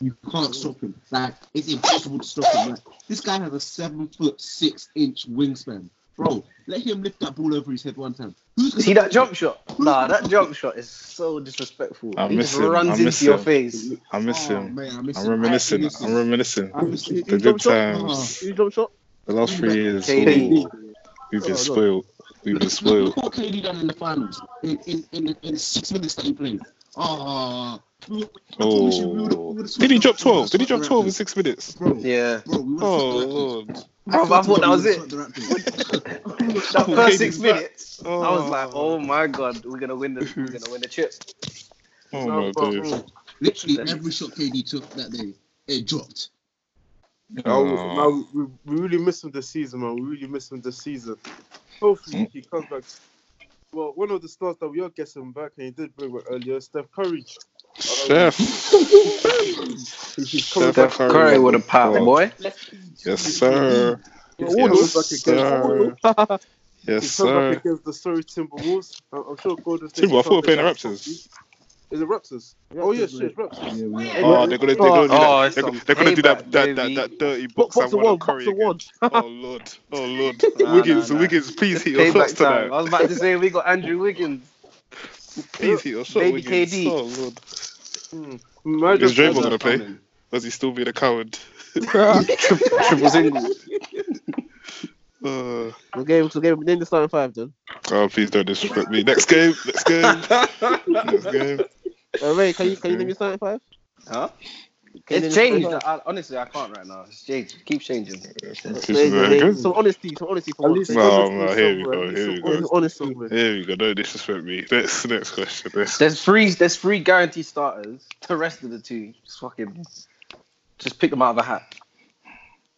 Speaker 5: You can't stop him. Like it's impossible to stop him. Like this guy has a seven foot six inch wingspan, bro. Let him lift that ball over his head one time. Who's
Speaker 4: See that jump shot? Nah, that jump shot is so disrespectful.
Speaker 1: I
Speaker 4: he
Speaker 1: miss
Speaker 4: just
Speaker 1: him. I
Speaker 4: runs
Speaker 1: miss
Speaker 4: into your
Speaker 1: him.
Speaker 4: face.
Speaker 1: I miss
Speaker 5: Oh,
Speaker 1: him.
Speaker 5: man, I miss
Speaker 1: I'm
Speaker 5: him.
Speaker 1: reminiscing.
Speaker 5: I miss him.
Speaker 1: I'm reminiscing.
Speaker 5: I miss him. Ah.
Speaker 1: The good times.
Speaker 6: Who jump shot?
Speaker 1: The last three years.
Speaker 4: KD.
Speaker 1: ooh, We've been
Speaker 6: Oh, no.
Speaker 1: spoiled. We've
Speaker 5: Look-
Speaker 1: been
Speaker 5: Look,
Speaker 1: spoiled.
Speaker 5: look what KD done in the finals in in in, in six minutes that he played. Oh,
Speaker 1: Oh. Did he drop 12? Did he drop 12 in six minutes?
Speaker 5: Bro,
Speaker 4: Yeah.
Speaker 5: bro, we would've
Speaker 1: Oh,
Speaker 5: swept the Raptors.
Speaker 1: Lord.
Speaker 5: We
Speaker 4: Bro, I
Speaker 5: would've
Speaker 4: thought that was
Speaker 5: swept
Speaker 4: it.
Speaker 5: the Raptors.
Speaker 4: That
Speaker 1: Oh,
Speaker 4: first
Speaker 1: KD's
Speaker 4: six
Speaker 1: back.
Speaker 4: minutes, I was like, oh my god, we're gonna win the, we're gonna win the chip.
Speaker 1: Oh, my
Speaker 3: but,
Speaker 1: days.
Speaker 3: mm,
Speaker 5: Literally every shot KD took that day, it dropped.
Speaker 3: now we-
Speaker 1: Oh.
Speaker 3: now we, we really miss him this season, man. We really miss him this season. Hopefully he comes back. Well, one of the stars that we are getting back, and he did bring back earlier, Steph Curry.
Speaker 1: Steph.
Speaker 3: He- He's coming
Speaker 1: Steph
Speaker 3: back.
Speaker 4: Steph Curry with a pop,
Speaker 1: God.
Speaker 4: boy.
Speaker 1: Yes, sir.
Speaker 3: He's coming
Speaker 1: Yes,
Speaker 3: back against.
Speaker 1: sir. Yes,
Speaker 3: He's coming back
Speaker 1: sir.
Speaker 3: against the Surrey Timberwolves. I'm, I'm sure Golden State.
Speaker 1: Timber, I thought we were playing the
Speaker 3: can't-
Speaker 1: Raptors.
Speaker 3: Is it Raptors? oh yeah, shit, it's Raptors.
Speaker 5: Yeah, we are.
Speaker 1: Oh, they're gonna, they're gonna do
Speaker 4: Oh,
Speaker 1: that.
Speaker 4: it's
Speaker 1: They're,
Speaker 4: some
Speaker 1: they're gonna do that,
Speaker 4: payback,
Speaker 1: that, that,
Speaker 4: baby.
Speaker 1: that dirty box,
Speaker 6: Box, box
Speaker 1: and
Speaker 6: the
Speaker 1: one on
Speaker 6: one. Box
Speaker 1: Curry
Speaker 6: the
Speaker 1: again.
Speaker 6: one.
Speaker 1: Oh lord, oh lord.
Speaker 4: Nah,
Speaker 1: Wiggins,
Speaker 4: nah, nah.
Speaker 1: Wiggins, please hit your shots
Speaker 4: Payback
Speaker 1: tonight.
Speaker 4: time. I was about to say we got Andrew Wiggins.
Speaker 1: Please hit your shot,
Speaker 4: Baby
Speaker 1: Wiggins.
Speaker 4: KD.
Speaker 1: Oh lord,
Speaker 3: My
Speaker 1: is Draymond
Speaker 3: brother-
Speaker 1: gonna play? Does he still be the coward?
Speaker 4: Triple single.
Speaker 1: Uh,
Speaker 6: The game, so game. Name the starting five then.
Speaker 1: oh, please don't disrespect me. Next game, next game, next game.
Speaker 6: Uh, Ray, can you can you name your starting five?
Speaker 4: Huh?
Speaker 6: Can you
Speaker 4: It's
Speaker 6: name your
Speaker 4: changed.
Speaker 6: starting
Speaker 4: I, honestly, I can't right now. It's changed. It keeps changing.
Speaker 6: five?
Speaker 1: This is very
Speaker 6: Name-
Speaker 1: good.
Speaker 6: Some honesty, some honesty for
Speaker 3: At
Speaker 6: once.
Speaker 3: least
Speaker 1: No,
Speaker 3: Golden
Speaker 1: no,
Speaker 3: State
Speaker 1: here we
Speaker 3: somewhere,
Speaker 1: go,
Speaker 3: at
Speaker 1: here
Speaker 3: least
Speaker 1: we
Speaker 3: some
Speaker 1: go.
Speaker 3: honesty
Speaker 6: Honestly.
Speaker 3: somewhere.
Speaker 1: Here we go. Don't disrespect me. Next, next question. Next.
Speaker 4: There's three. There's three guaranteed starters. The rest of the two, just fucking, just pick them out of a hat,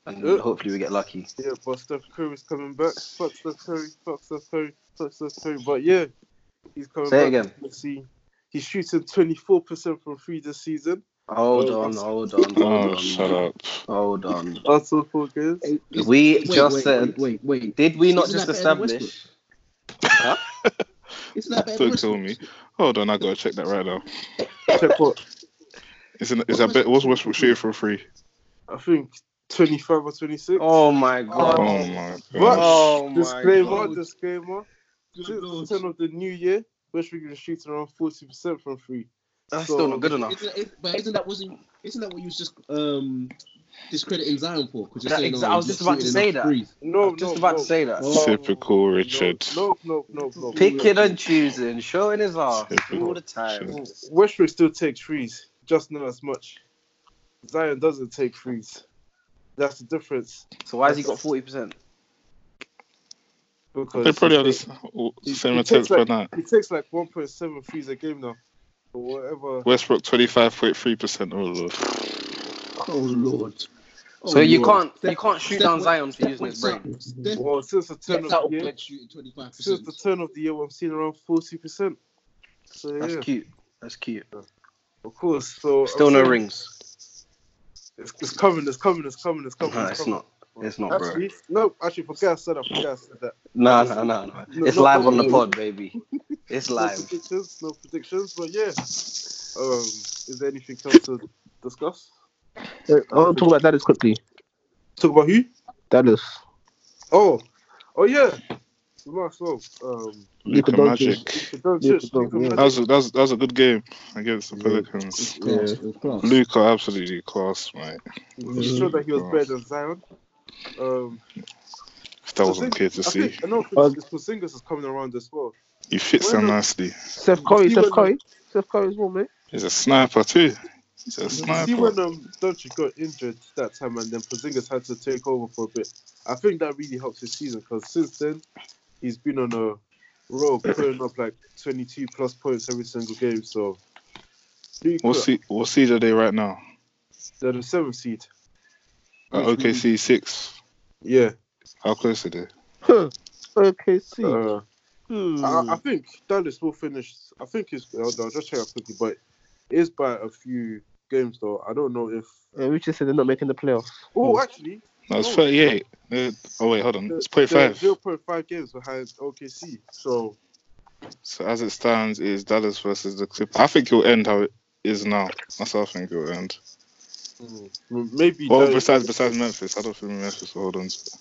Speaker 4: and
Speaker 3: Yeah.
Speaker 4: hopefully we get lucky.
Speaker 3: Yeah, but Steph Curry's coming back. Fuck Steph Curry. Fuck Steph Curry. Fuck Steph Curry. But yeah, he's coming
Speaker 4: Say it
Speaker 3: back.
Speaker 4: again.
Speaker 3: Let's see. He's shooting 24% from three this season.
Speaker 4: Hold on, hold on, hold
Speaker 1: Oh,
Speaker 4: on,
Speaker 1: shut up.
Speaker 4: hold on.
Speaker 3: Also four games.
Speaker 5: It- it's-
Speaker 4: We
Speaker 5: wait,
Speaker 4: just
Speaker 5: wait,
Speaker 4: said.
Speaker 5: Wait, wait, wait.
Speaker 4: Did we not
Speaker 5: Isn't
Speaker 4: just
Speaker 5: that better than
Speaker 4: establish? Huh?
Speaker 5: It's not bad.
Speaker 1: Don't kill me. Hold on, I gotta check that right now.
Speaker 3: Check what?
Speaker 1: Is it? Is that bet? What's Westbrook shooting for free?
Speaker 3: I think 25 or 26.
Speaker 4: Oh my god.
Speaker 1: Oh my
Speaker 3: What?
Speaker 1: god.
Speaker 4: Oh my
Speaker 3: disclaimer,
Speaker 4: god.
Speaker 3: disclaimer.
Speaker 5: Good
Speaker 3: Since
Speaker 5: lord.
Speaker 3: the turn of the new year, Westbrook is shooting around 40% from three.
Speaker 4: That's still not good enough.
Speaker 5: Isn't, it- but isn't that wasn't? Isn't that what you was just um discrediting Zion for? 'Cause you're
Speaker 4: That
Speaker 5: saying,
Speaker 4: exa-
Speaker 5: oh,
Speaker 4: I was
Speaker 5: he's
Speaker 4: just about
Speaker 5: shooting
Speaker 4: to say
Speaker 5: enough
Speaker 4: that.
Speaker 5: threes.
Speaker 3: No,
Speaker 4: I'm just
Speaker 3: no,
Speaker 4: about
Speaker 3: no,
Speaker 4: to say that.
Speaker 3: no,
Speaker 1: Typical
Speaker 3: no,
Speaker 1: Richard.
Speaker 3: No, no, no, no.
Speaker 4: Picking and choosing, showing his ass
Speaker 1: Typical
Speaker 4: all the time.
Speaker 1: Richard.
Speaker 3: Westbrook still takes threes, just not as much. Zion doesn't take threes. That's the difference
Speaker 4: So why has he got forty percent?
Speaker 3: because
Speaker 1: They probably have
Speaker 3: he,
Speaker 1: the
Speaker 3: takes-
Speaker 1: s-
Speaker 3: It-
Speaker 1: same
Speaker 3: it
Speaker 1: attempts
Speaker 3: takes like-
Speaker 1: per night.
Speaker 3: he takes like 1.7 threes a game now, or whatever.
Speaker 1: Westbrook twenty five point three percent. Oh lord.
Speaker 5: Oh lord. Oh,
Speaker 4: So you
Speaker 5: Lord.
Speaker 4: can't you can't shoot
Speaker 5: Steph
Speaker 4: down
Speaker 5: went-
Speaker 4: Zion for
Speaker 5: Steph
Speaker 4: using
Speaker 5: went
Speaker 4: his brain.
Speaker 5: up. Steph
Speaker 3: Well, since the turn
Speaker 5: stepped
Speaker 3: of
Speaker 5: out
Speaker 3: the year,
Speaker 5: and shooting twenty five
Speaker 3: since
Speaker 5: percent.
Speaker 3: the turn of the year, I'm seeing around 40%. So yeah,
Speaker 4: That's cute. That's cute.
Speaker 3: of course.
Speaker 5: Oh,
Speaker 3: So
Speaker 4: Still
Speaker 3: I'm
Speaker 4: no
Speaker 3: saying
Speaker 4: rings.
Speaker 3: It's, it's coming. It's coming. It's coming. It's coming.
Speaker 4: Nah, it's
Speaker 3: coming.
Speaker 4: not. It's not, bro.
Speaker 3: Actually, no. Actually, forget I said that. Forget I said that.
Speaker 4: Nah, nah, nah, nah.
Speaker 3: No,
Speaker 4: It's
Speaker 3: not
Speaker 4: live on the
Speaker 3: really.
Speaker 4: pod, baby. It's
Speaker 3: No
Speaker 4: live.
Speaker 3: predictions. No predictions. But yeah. Um, is there anything else to discuss?
Speaker 6: I want to talk about Dallas quickly.
Speaker 3: Talk about who?
Speaker 6: Dallas.
Speaker 3: Oh, oh yeah. We might as well. Um,
Speaker 1: Luka
Speaker 6: Luka Doncic.
Speaker 1: Magic.
Speaker 3: Luka Doncic,
Speaker 6: Luka Doncic,
Speaker 3: Luka
Speaker 6: yeah.
Speaker 3: Magic.
Speaker 1: That was, a, that, was, that was a good game against the Pelicans.
Speaker 5: Class, it was class.
Speaker 1: Luca absolutely class, mate.
Speaker 3: He showed that he was
Speaker 1: Yeah.
Speaker 3: better than Zion. Um,
Speaker 1: If that
Speaker 3: I
Speaker 1: wasn't
Speaker 3: think-
Speaker 1: clear to
Speaker 3: I
Speaker 1: see,
Speaker 3: think another
Speaker 6: Uh,
Speaker 3: thing is Porzingis is coming around as well.
Speaker 1: he fits
Speaker 3: Where
Speaker 1: in
Speaker 3: the-
Speaker 1: nicely.
Speaker 6: Steph Curry,
Speaker 3: See
Speaker 6: Steph
Speaker 3: when-
Speaker 6: Curry, Steph Curry as well, mate.
Speaker 1: He's a sniper too. He's a
Speaker 3: You See when
Speaker 1: sniper.
Speaker 3: um, Doncic got injured that time, and then Porzingis had to take over for a bit. I think that really helps his season because since then, he's been on a roll, putting up like 22 plus points every single game. So, Luka,
Speaker 1: What seed? What seed are they right now?
Speaker 3: they're the seventh seed.
Speaker 1: At OKC six.
Speaker 3: Yeah,
Speaker 1: How close are they?
Speaker 6: Okay, see.
Speaker 3: uh,
Speaker 6: hmm.
Speaker 3: I, I think Dallas will finish. I think it's. I'll, I'll just check out quickly, but it's by a few games though. I don't know if.
Speaker 5: Uh,
Speaker 6: yeah, we just said they're not making the playoffs.
Speaker 3: Oh, actually,
Speaker 1: No, it's
Speaker 3: Oh.
Speaker 1: thirty-eight. They're- oh wait, hold on. It's point five.
Speaker 3: Zero point five games behind OKC. So
Speaker 1: So as it stands, it is Dallas versus the Clippers. I think it'll end how it is now. That's how I think it'll end.
Speaker 3: m- maybe.
Speaker 1: Well,
Speaker 3: Dallas-
Speaker 1: besides besides Memphis, I don't think Memphis will hold on. to-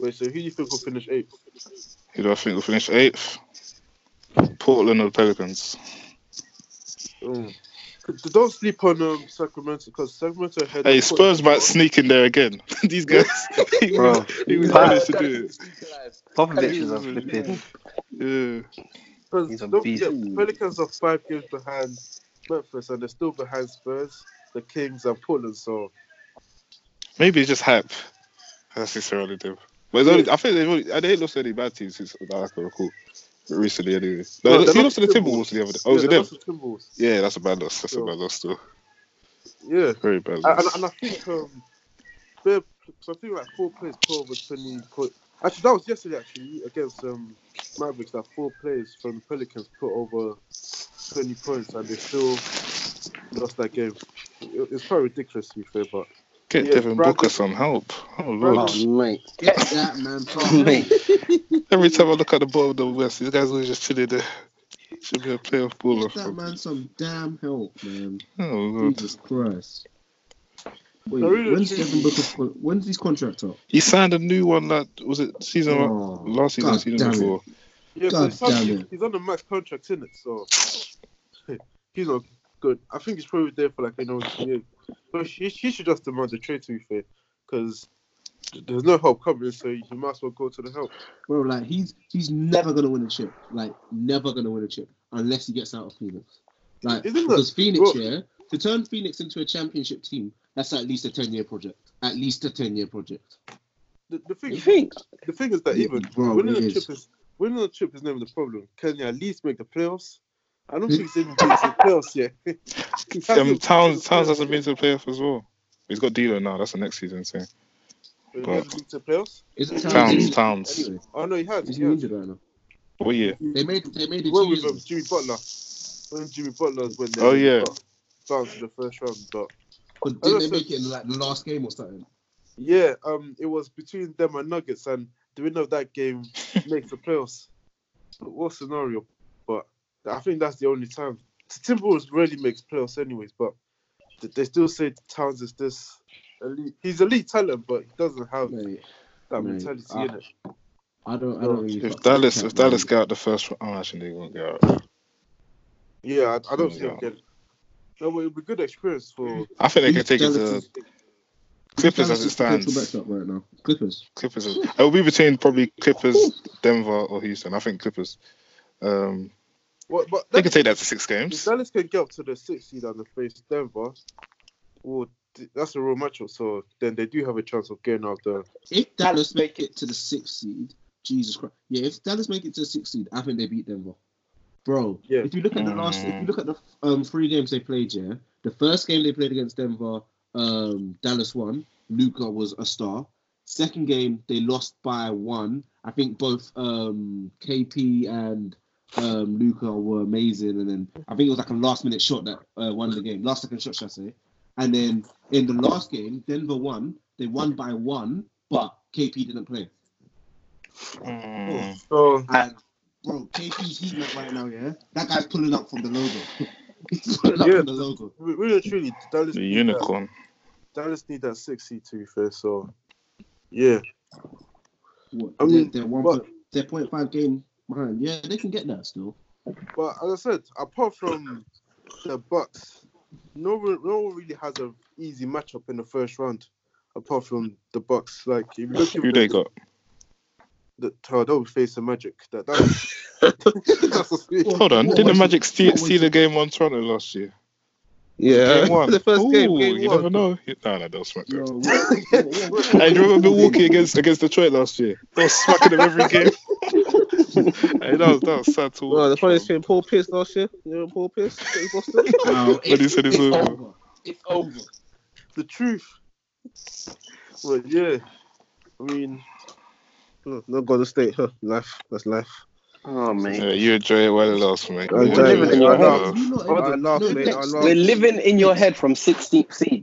Speaker 3: Wait, so who do you think will finish eighth?
Speaker 1: Who do I think will finish eighth? Portland or the Pelicans?
Speaker 3: Mm. Don't sleep on um, Sacramento because Sacramento had.
Speaker 1: Hey, Spurs might sneak in there again. These guys, he
Speaker 4: Bro,
Speaker 1: was
Speaker 4: Pat-
Speaker 1: managed to do
Speaker 4: Popovich is a flipping.
Speaker 1: it. Yeah.
Speaker 3: Because
Speaker 4: He's a
Speaker 3: don't
Speaker 4: beast.
Speaker 3: forget, Pelicans are five games behind Memphis, and they're still behind Spurs, the Kings, and Portland. So
Speaker 1: Maybe it's just hype. That's necessarily them. But it's only, I think they've only, they ain't lost to any bad teams since that I can recall recently. Anyway,
Speaker 3: No, they
Speaker 1: no, he
Speaker 3: lost
Speaker 1: lost to the
Speaker 3: to
Speaker 1: Timberwolves the other day. Oh, was
Speaker 3: yeah,
Speaker 1: it
Speaker 3: they
Speaker 1: them?
Speaker 3: lost to Timberwolves.
Speaker 1: Yeah, that's a bad loss. That's a
Speaker 3: Yeah.
Speaker 1: bad loss, though.
Speaker 3: Yeah,
Speaker 1: Very bad
Speaker 3: and,
Speaker 1: loss.
Speaker 3: and- and I think um, they're so I think like four players put over twenty. Put, actually, that was yesterday. Actually, against um, Mavericks, that four players from Pelicans put over twenty points, and they still lost that game. It, it's quite ridiculous to be fair, but
Speaker 1: Get
Speaker 3: yeah,
Speaker 1: Devin
Speaker 3: Brandon-
Speaker 1: Booker some help. Oh lord!
Speaker 4: Oh, mate.
Speaker 5: Get that man.
Speaker 4: Oh, mate.
Speaker 1: Every time I look at the bottom of the West, these guys always just chilling there. Should be a playoff baller.
Speaker 5: Get that man some damn help, man.
Speaker 1: Oh lord!
Speaker 5: Jesus Christ. Wait,
Speaker 3: No, really,
Speaker 5: when's
Speaker 3: really.
Speaker 5: Devin Booker's con- when's his contract up?
Speaker 1: He signed a new one. That was it. Season
Speaker 5: Oh,
Speaker 1: last season,
Speaker 5: God
Speaker 1: season
Speaker 5: damn it.
Speaker 1: before.
Speaker 3: yeah,
Speaker 5: God
Speaker 3: but he's, on,
Speaker 5: damn it.
Speaker 3: he's on a max contract in it, so he's not good. I think he's probably there for like another year, but he, he should just demand a trade to be fair, because there's no help coming, so you might as well go to the help.
Speaker 5: Bro, like he's he's never gonna win a chip. Like never gonna win a chip unless he gets out of Phoenix. Like
Speaker 3: Isn't that-
Speaker 5: because Phoenix,
Speaker 3: bro-
Speaker 5: yeah, to turn Phoenix into a championship team, that's at least a ten year project. At least a ten year project.
Speaker 3: The, the thing
Speaker 4: You think?
Speaker 3: The thing is that
Speaker 5: Yeah,
Speaker 3: even
Speaker 5: bro,
Speaker 3: winning
Speaker 5: it
Speaker 3: the
Speaker 5: is.
Speaker 3: trip is winning the trip is never the problem. Can you at least make the playoffs? I don't think he's even been to the playoffs yet. He hasn't been
Speaker 1: Um,
Speaker 3: to the
Speaker 1: Towns Towns
Speaker 3: playoffs
Speaker 1: hasn't been to the playoff as well. He's got D'Lo now. That's the next season thing.
Speaker 3: yet. He hasn't been to the playoffs.
Speaker 5: Isn't Towns,
Speaker 1: Towns, Towns.
Speaker 5: anyway?
Speaker 3: Oh no, he has.
Speaker 5: Is
Speaker 3: He
Speaker 5: he
Speaker 3: has.
Speaker 5: injured right now?
Speaker 1: Oh yeah.
Speaker 5: They made they made
Speaker 3: He
Speaker 5: it
Speaker 3: went
Speaker 5: two
Speaker 3: with um,
Speaker 5: years.
Speaker 3: Jimmy Butler. When Jimmy Butler when they
Speaker 1: Oh, yeah.
Speaker 3: bounced in the first round, but
Speaker 5: But
Speaker 3: I
Speaker 5: did
Speaker 3: don't
Speaker 5: they make
Speaker 3: think-
Speaker 5: it in like the last game or something?
Speaker 3: yeah, um, it was between them and Nuggets, and the winner of that game makes the playoffs. But what scenario? But I think that's the only time. Timberwolves really makes playoffs, anyways. But th- they still say Towns is this elite. He's elite talent, but he doesn't have
Speaker 5: Mate,
Speaker 3: that
Speaker 5: mate,
Speaker 3: mentality
Speaker 5: ah.
Speaker 3: in it.
Speaker 5: I don't I don't really
Speaker 1: If
Speaker 5: fuck
Speaker 1: Dallas,
Speaker 5: with
Speaker 1: if
Speaker 5: that, man.
Speaker 1: Dallas get out the first round, oh, actually they won't get out.
Speaker 3: Yeah, I, I don't see
Speaker 1: Yeah.
Speaker 3: him getting. No, but it'd be good experience for.
Speaker 1: I think they can take it
Speaker 5: Dallas
Speaker 1: to
Speaker 5: is-
Speaker 1: Clippers as
Speaker 5: Dallas
Speaker 1: it
Speaker 5: is the potential
Speaker 1: stands.
Speaker 5: matchup right now. Clippers.
Speaker 1: Clippers. As, it will be between probably Clippers, Denver, or Houston. I think Clippers. Um,
Speaker 3: What? But
Speaker 1: they can take that to six
Speaker 3: If
Speaker 1: games.
Speaker 3: Dallas can get up to the sixth seed and they face Denver, well, th- that's a real matchup. So then they do have a chance of getting out the.
Speaker 5: If Dallas make it to the sixth seed, Jesus Christ. Yeah, if Dallas make it to the sixth seed, I think they beat Denver. Bro,
Speaker 3: Yeah.
Speaker 5: if you look at the last, if you look at the um, three games they played, yeah, the first game they played against Denver, um, Dallas won. Luca was a star. Second game they lost by one. I think both um, KP and um, Luca were amazing, and then I think it was like a last minute shot that uh, won the game. Last second shot, should I say? And then in the last game, Denver won. They won by one, but KP didn't play.
Speaker 1: Mm.
Speaker 3: So
Speaker 5: And bro, KP's heat map right now, yeah. That guy's pulling up from the logo. He's pulling up
Speaker 3: Yeah.
Speaker 5: from the logo.
Speaker 3: re- really, truly, Dallas.
Speaker 1: The
Speaker 3: need
Speaker 1: unicorn.
Speaker 3: That, Dallas need that sixth seed to be fair. So yeah,
Speaker 5: What?
Speaker 3: I mean,
Speaker 5: they're, they're one
Speaker 3: but-
Speaker 5: point, They're 0.5 game behind. Yeah, they can get that still.
Speaker 3: But as I said, apart from the Bucks, no one, no one really has an easy matchup in the first round, apart from the Bucks. Like if you look at
Speaker 1: Who they got?
Speaker 3: the Toronto face the Magic, that that's that's a sweet.
Speaker 1: Hold on,
Speaker 5: What
Speaker 1: didn't the
Speaker 5: was it?
Speaker 1: Magic steal,
Speaker 5: What was
Speaker 1: steal the game on Toronto last year?
Speaker 6: Yeah.
Speaker 1: Game one.
Speaker 6: the first
Speaker 1: Ooh,
Speaker 6: game, game
Speaker 1: you
Speaker 6: one.
Speaker 1: never know. No, no, they'll smack
Speaker 5: Yo,
Speaker 1: them.
Speaker 5: what- what- what- what-
Speaker 1: I remember Milwaukee against against Detroit last year. They were smacking them every game. hey, that was that was sad to watch.
Speaker 6: Well, the funniest
Speaker 1: bro.
Speaker 6: thing, Paul Pierce last year. You know Paul Pierce? against Boston?
Speaker 5: Wow,
Speaker 1: But he said it's
Speaker 5: it's
Speaker 1: over.
Speaker 5: over. It's over.
Speaker 3: the truth. But yeah, I mean,
Speaker 6: no, no Oh, Golden State. Huh. Life. That's life.
Speaker 4: Oh, mate.
Speaker 1: Yeah, you enjoy it while it lasts, mate.
Speaker 6: I'm
Speaker 1: You
Speaker 6: trying
Speaker 1: enjoy
Speaker 6: to- I
Speaker 1: it while it
Speaker 6: know.
Speaker 1: lasts.
Speaker 5: You lot-
Speaker 6: I laugh,
Speaker 5: no,
Speaker 6: mate. I
Speaker 5: Dex-
Speaker 6: laugh.
Speaker 4: We're living in your head from 16th
Speaker 3: did,
Speaker 4: seed.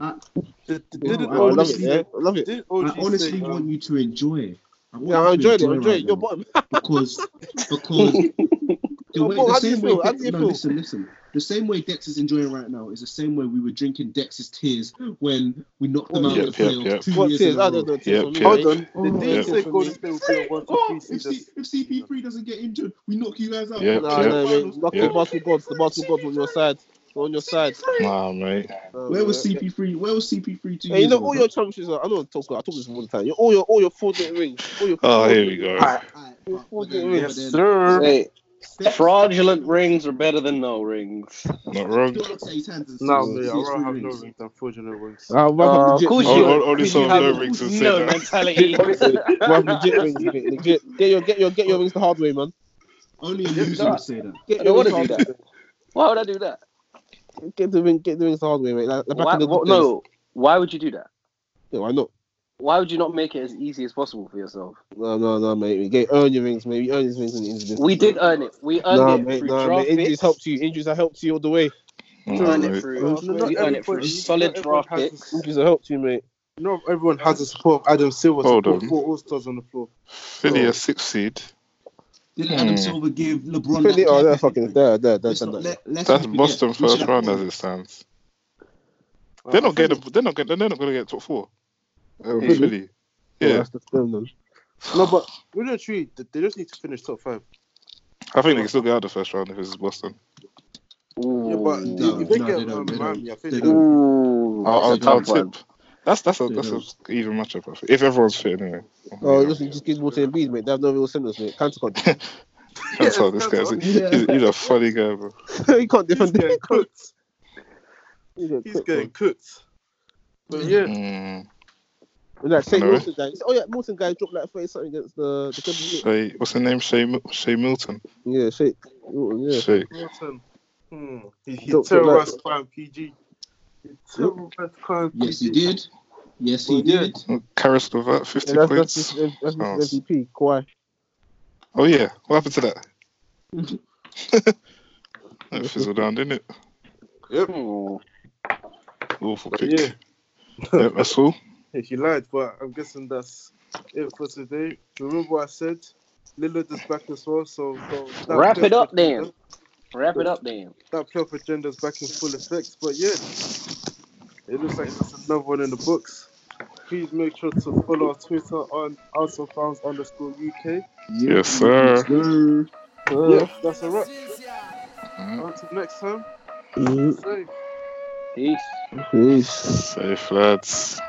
Speaker 3: did,
Speaker 5: Wow,
Speaker 3: didn't
Speaker 6: Oh,
Speaker 5: I
Speaker 6: I love it,
Speaker 3: honestly,
Speaker 6: yeah. I love it.
Speaker 3: didn't
Speaker 5: I
Speaker 3: OG
Speaker 5: honestly
Speaker 3: say, um,
Speaker 5: want you to enjoy it. I want
Speaker 6: Yeah,
Speaker 5: you to
Speaker 6: I enjoyed it. I
Speaker 5: enjoy
Speaker 6: enjoyed it.
Speaker 5: right
Speaker 6: You're
Speaker 5: now.
Speaker 6: bottom.
Speaker 5: because because the
Speaker 6: Oh,
Speaker 5: way
Speaker 6: Paul,
Speaker 5: the
Speaker 6: how do you
Speaker 5: same
Speaker 6: feel?
Speaker 5: way
Speaker 6: How do you
Speaker 5: no
Speaker 6: feel?
Speaker 5: listen listen the same way Dex is enjoying right now is the same way we were drinking Dex's tears when we knocked
Speaker 6: Oh,
Speaker 5: them out
Speaker 1: Yep,
Speaker 5: of the
Speaker 1: yep,
Speaker 5: playoffs
Speaker 1: yep.
Speaker 5: two
Speaker 6: What
Speaker 5: years
Speaker 6: tears?
Speaker 5: in a
Speaker 6: I
Speaker 5: row.
Speaker 6: don't know. Tears
Speaker 1: Yeah,
Speaker 6: for me, mate.
Speaker 1: Pierce.
Speaker 3: hold on,
Speaker 5: Oh,
Speaker 3: did
Speaker 1: yeah.
Speaker 3: they say
Speaker 6: For
Speaker 3: Golden
Speaker 6: me.
Speaker 3: State was going to win for
Speaker 5: Oh,
Speaker 3: three
Speaker 5: if, C-
Speaker 3: seasons?
Speaker 5: if CP3 doesn't get injured, we knock you guys out.
Speaker 1: Yep,
Speaker 6: Nah,
Speaker 1: yep.
Speaker 6: nah, mate. Lucky
Speaker 1: Yep.
Speaker 6: basketball gods. The basketball gods on your side. On your side.
Speaker 1: Nah, mate.
Speaker 6: Nah,
Speaker 5: Where was
Speaker 6: mate.
Speaker 5: CP3? Where was CP3 two
Speaker 6: Hey, you
Speaker 5: years
Speaker 6: know
Speaker 5: ago?
Speaker 6: all your championships. Are, I don't talk about. I talk this all the time. Your, all your all your four didn't rings. All your
Speaker 1: Oh, here we go.
Speaker 4: Alright.
Speaker 5: Alright,
Speaker 6: Your
Speaker 5: but-
Speaker 6: four
Speaker 5: but then-
Speaker 6: didn't
Speaker 5: but
Speaker 6: rings.
Speaker 5: then-
Speaker 3: sir.
Speaker 4: Wait,
Speaker 5: Dex-
Speaker 4: fraudulent rings are better than no rings.
Speaker 1: Not wrong.
Speaker 5: Don't upset his hands and see
Speaker 3: Nah,
Speaker 5: his-
Speaker 3: mate,
Speaker 5: see
Speaker 3: I'd
Speaker 5: his
Speaker 3: rather
Speaker 5: three
Speaker 3: have no
Speaker 5: rings.
Speaker 3: rings than fraudulent rings.
Speaker 6: Nah, I'm
Speaker 4: Uh,
Speaker 6: legit.
Speaker 4: who's
Speaker 6: rings,
Speaker 1: Only,
Speaker 4: your-
Speaker 6: mate.
Speaker 1: only
Speaker 4: Could
Speaker 1: some
Speaker 4: you have
Speaker 1: no rings and say
Speaker 4: no
Speaker 1: that.
Speaker 4: mentality.
Speaker 6: Bruv, legit rings, mate. Legit. Get your get your get your rings the hard way, man.
Speaker 5: Only a loser would say that.
Speaker 6: Get
Speaker 4: I
Speaker 6: your
Speaker 4: don't
Speaker 6: rings
Speaker 4: wanna
Speaker 6: the
Speaker 4: do
Speaker 6: hard way.
Speaker 4: Why would I do that?
Speaker 6: mate. Get the ring. Get the rings the hard way, mate. Like, like back
Speaker 4: Why,
Speaker 6: in the
Speaker 4: what,
Speaker 6: good days.
Speaker 4: no, why would you do that?
Speaker 6: Yeah, why not?
Speaker 4: Why would you not make it as easy as possible for yourself?
Speaker 6: No, no, no, mate. We get earn your rings, mate. We earn these rings in injuries.
Speaker 4: We did earn it. We earned
Speaker 6: Nah,
Speaker 4: it
Speaker 6: mate.
Speaker 4: through
Speaker 6: Nah,
Speaker 4: draft
Speaker 6: mate. Injuries
Speaker 4: picks.
Speaker 6: helped you. Injuries have helped you all the way.
Speaker 4: We
Speaker 1: Nah,
Speaker 4: earned it
Speaker 1: mate.
Speaker 4: through.
Speaker 3: Not
Speaker 4: We earned it through
Speaker 3: everybody-
Speaker 4: solid
Speaker 3: not everyone
Speaker 4: draft
Speaker 3: has
Speaker 4: picks.
Speaker 3: this-
Speaker 6: Injuries have helped you, mate.
Speaker 3: Not everyone has the support of Adam Silver to
Speaker 1: Hold
Speaker 3: put
Speaker 1: on.
Speaker 3: four All Stars on the floor.
Speaker 1: Philly a six seed.
Speaker 5: Didn't Adam
Speaker 1: Hmm.
Speaker 5: Silver give LeBron
Speaker 6: Philly,
Speaker 5: that
Speaker 6: oh, they're
Speaker 5: jacket?
Speaker 6: fucking there, there, there,
Speaker 5: Let's
Speaker 6: there.
Speaker 5: not, let, let's
Speaker 1: That's
Speaker 5: not forget,
Speaker 1: Boston
Speaker 5: we
Speaker 1: first
Speaker 5: should
Speaker 1: round
Speaker 5: have-
Speaker 1: as it stands. They're
Speaker 3: Uh,
Speaker 1: not getting. They're not getting. They're not going to get top four. Um,
Speaker 4: Really?
Speaker 1: Philly.
Speaker 6: Oh,
Speaker 1: Yeah,
Speaker 6: that's the film, then.
Speaker 3: No, but we don't treat. They just need to finish top five.
Speaker 1: I think they can still get out the first round if it's Boston.
Speaker 3: Yeah, but
Speaker 4: Ooh.
Speaker 5: No,
Speaker 3: if they
Speaker 5: no,
Speaker 3: get
Speaker 5: they don't,
Speaker 3: um,
Speaker 5: they don't.
Speaker 3: Miami, I think they
Speaker 5: They don't.
Speaker 3: will.
Speaker 6: Oh,
Speaker 4: Ooh,
Speaker 1: I'll,
Speaker 4: that's a
Speaker 1: I'll, I'll
Speaker 4: tough one.
Speaker 1: tip. That's that's a
Speaker 5: Yeah,
Speaker 1: that's a
Speaker 5: those-
Speaker 1: even matchup. I think. If everyone's fit anyway.
Speaker 6: Oh, listen, just give water and bees, mate. They have no real centers, mate. Can't cod.
Speaker 1: That's how this guy's.
Speaker 5: Yeah.
Speaker 1: He's, he's a funny guy, bro.
Speaker 6: you can't
Speaker 3: He's
Speaker 6: defend
Speaker 3: getting
Speaker 6: him.
Speaker 3: cooked.
Speaker 6: He's getting
Speaker 3: He's
Speaker 6: cooked,
Speaker 3: getting cooked. But yeah,
Speaker 1: Mm.
Speaker 6: bro. And that Shea
Speaker 1: No.
Speaker 6: Milton guy. he said, Oh yeah, Milton guy dropped like thirty something against the the Clippers. didn't
Speaker 1: Shay, what's the name? Shay, Mil- Shay Milton.
Speaker 6: he? Yeah, Shea. Milton, yeah.
Speaker 1: Shay.
Speaker 3: Milton. Hmm. He, he
Speaker 6: Don't- don't
Speaker 3: terrorized Prime PG. He
Speaker 6: Yep.
Speaker 3: terrorized Prime PG.
Speaker 5: Yes, he did. Yes, he
Speaker 6: Well, yeah.
Speaker 5: did.
Speaker 1: Karis Levert,
Speaker 6: Yeah, that's
Speaker 1: 50
Speaker 6: that's
Speaker 1: points.
Speaker 6: just that's just
Speaker 1: Oh, s-
Speaker 6: MVP. Kawhi.
Speaker 1: Oh, yeah. What happened to that? that fizzled down, didn't it?
Speaker 4: Ooh.
Speaker 1: Awful
Speaker 3: But
Speaker 1: pick.
Speaker 3: yeah,
Speaker 1: Yeah, that's all.
Speaker 3: if you lied, but I'm guessing that's it for today. Remember what I said? Lillard is back as well, so, so that
Speaker 4: Wrap
Speaker 3: playoff
Speaker 4: it up
Speaker 3: agenda-
Speaker 4: then. Wrap it up then.
Speaker 3: That playoff agenda is back in full effect. But yeah, it looks like it's another one in the books. Please make sure to follow our Twitter on outsofounds underscore UK.
Speaker 1: Yes, sir.
Speaker 5: Sir.
Speaker 3: Yeah, that's a wrap.
Speaker 1: Alright.
Speaker 3: Until next time,
Speaker 6: Mm,
Speaker 3: safe.
Speaker 4: Peace.
Speaker 6: Peace.
Speaker 1: Safe, lads.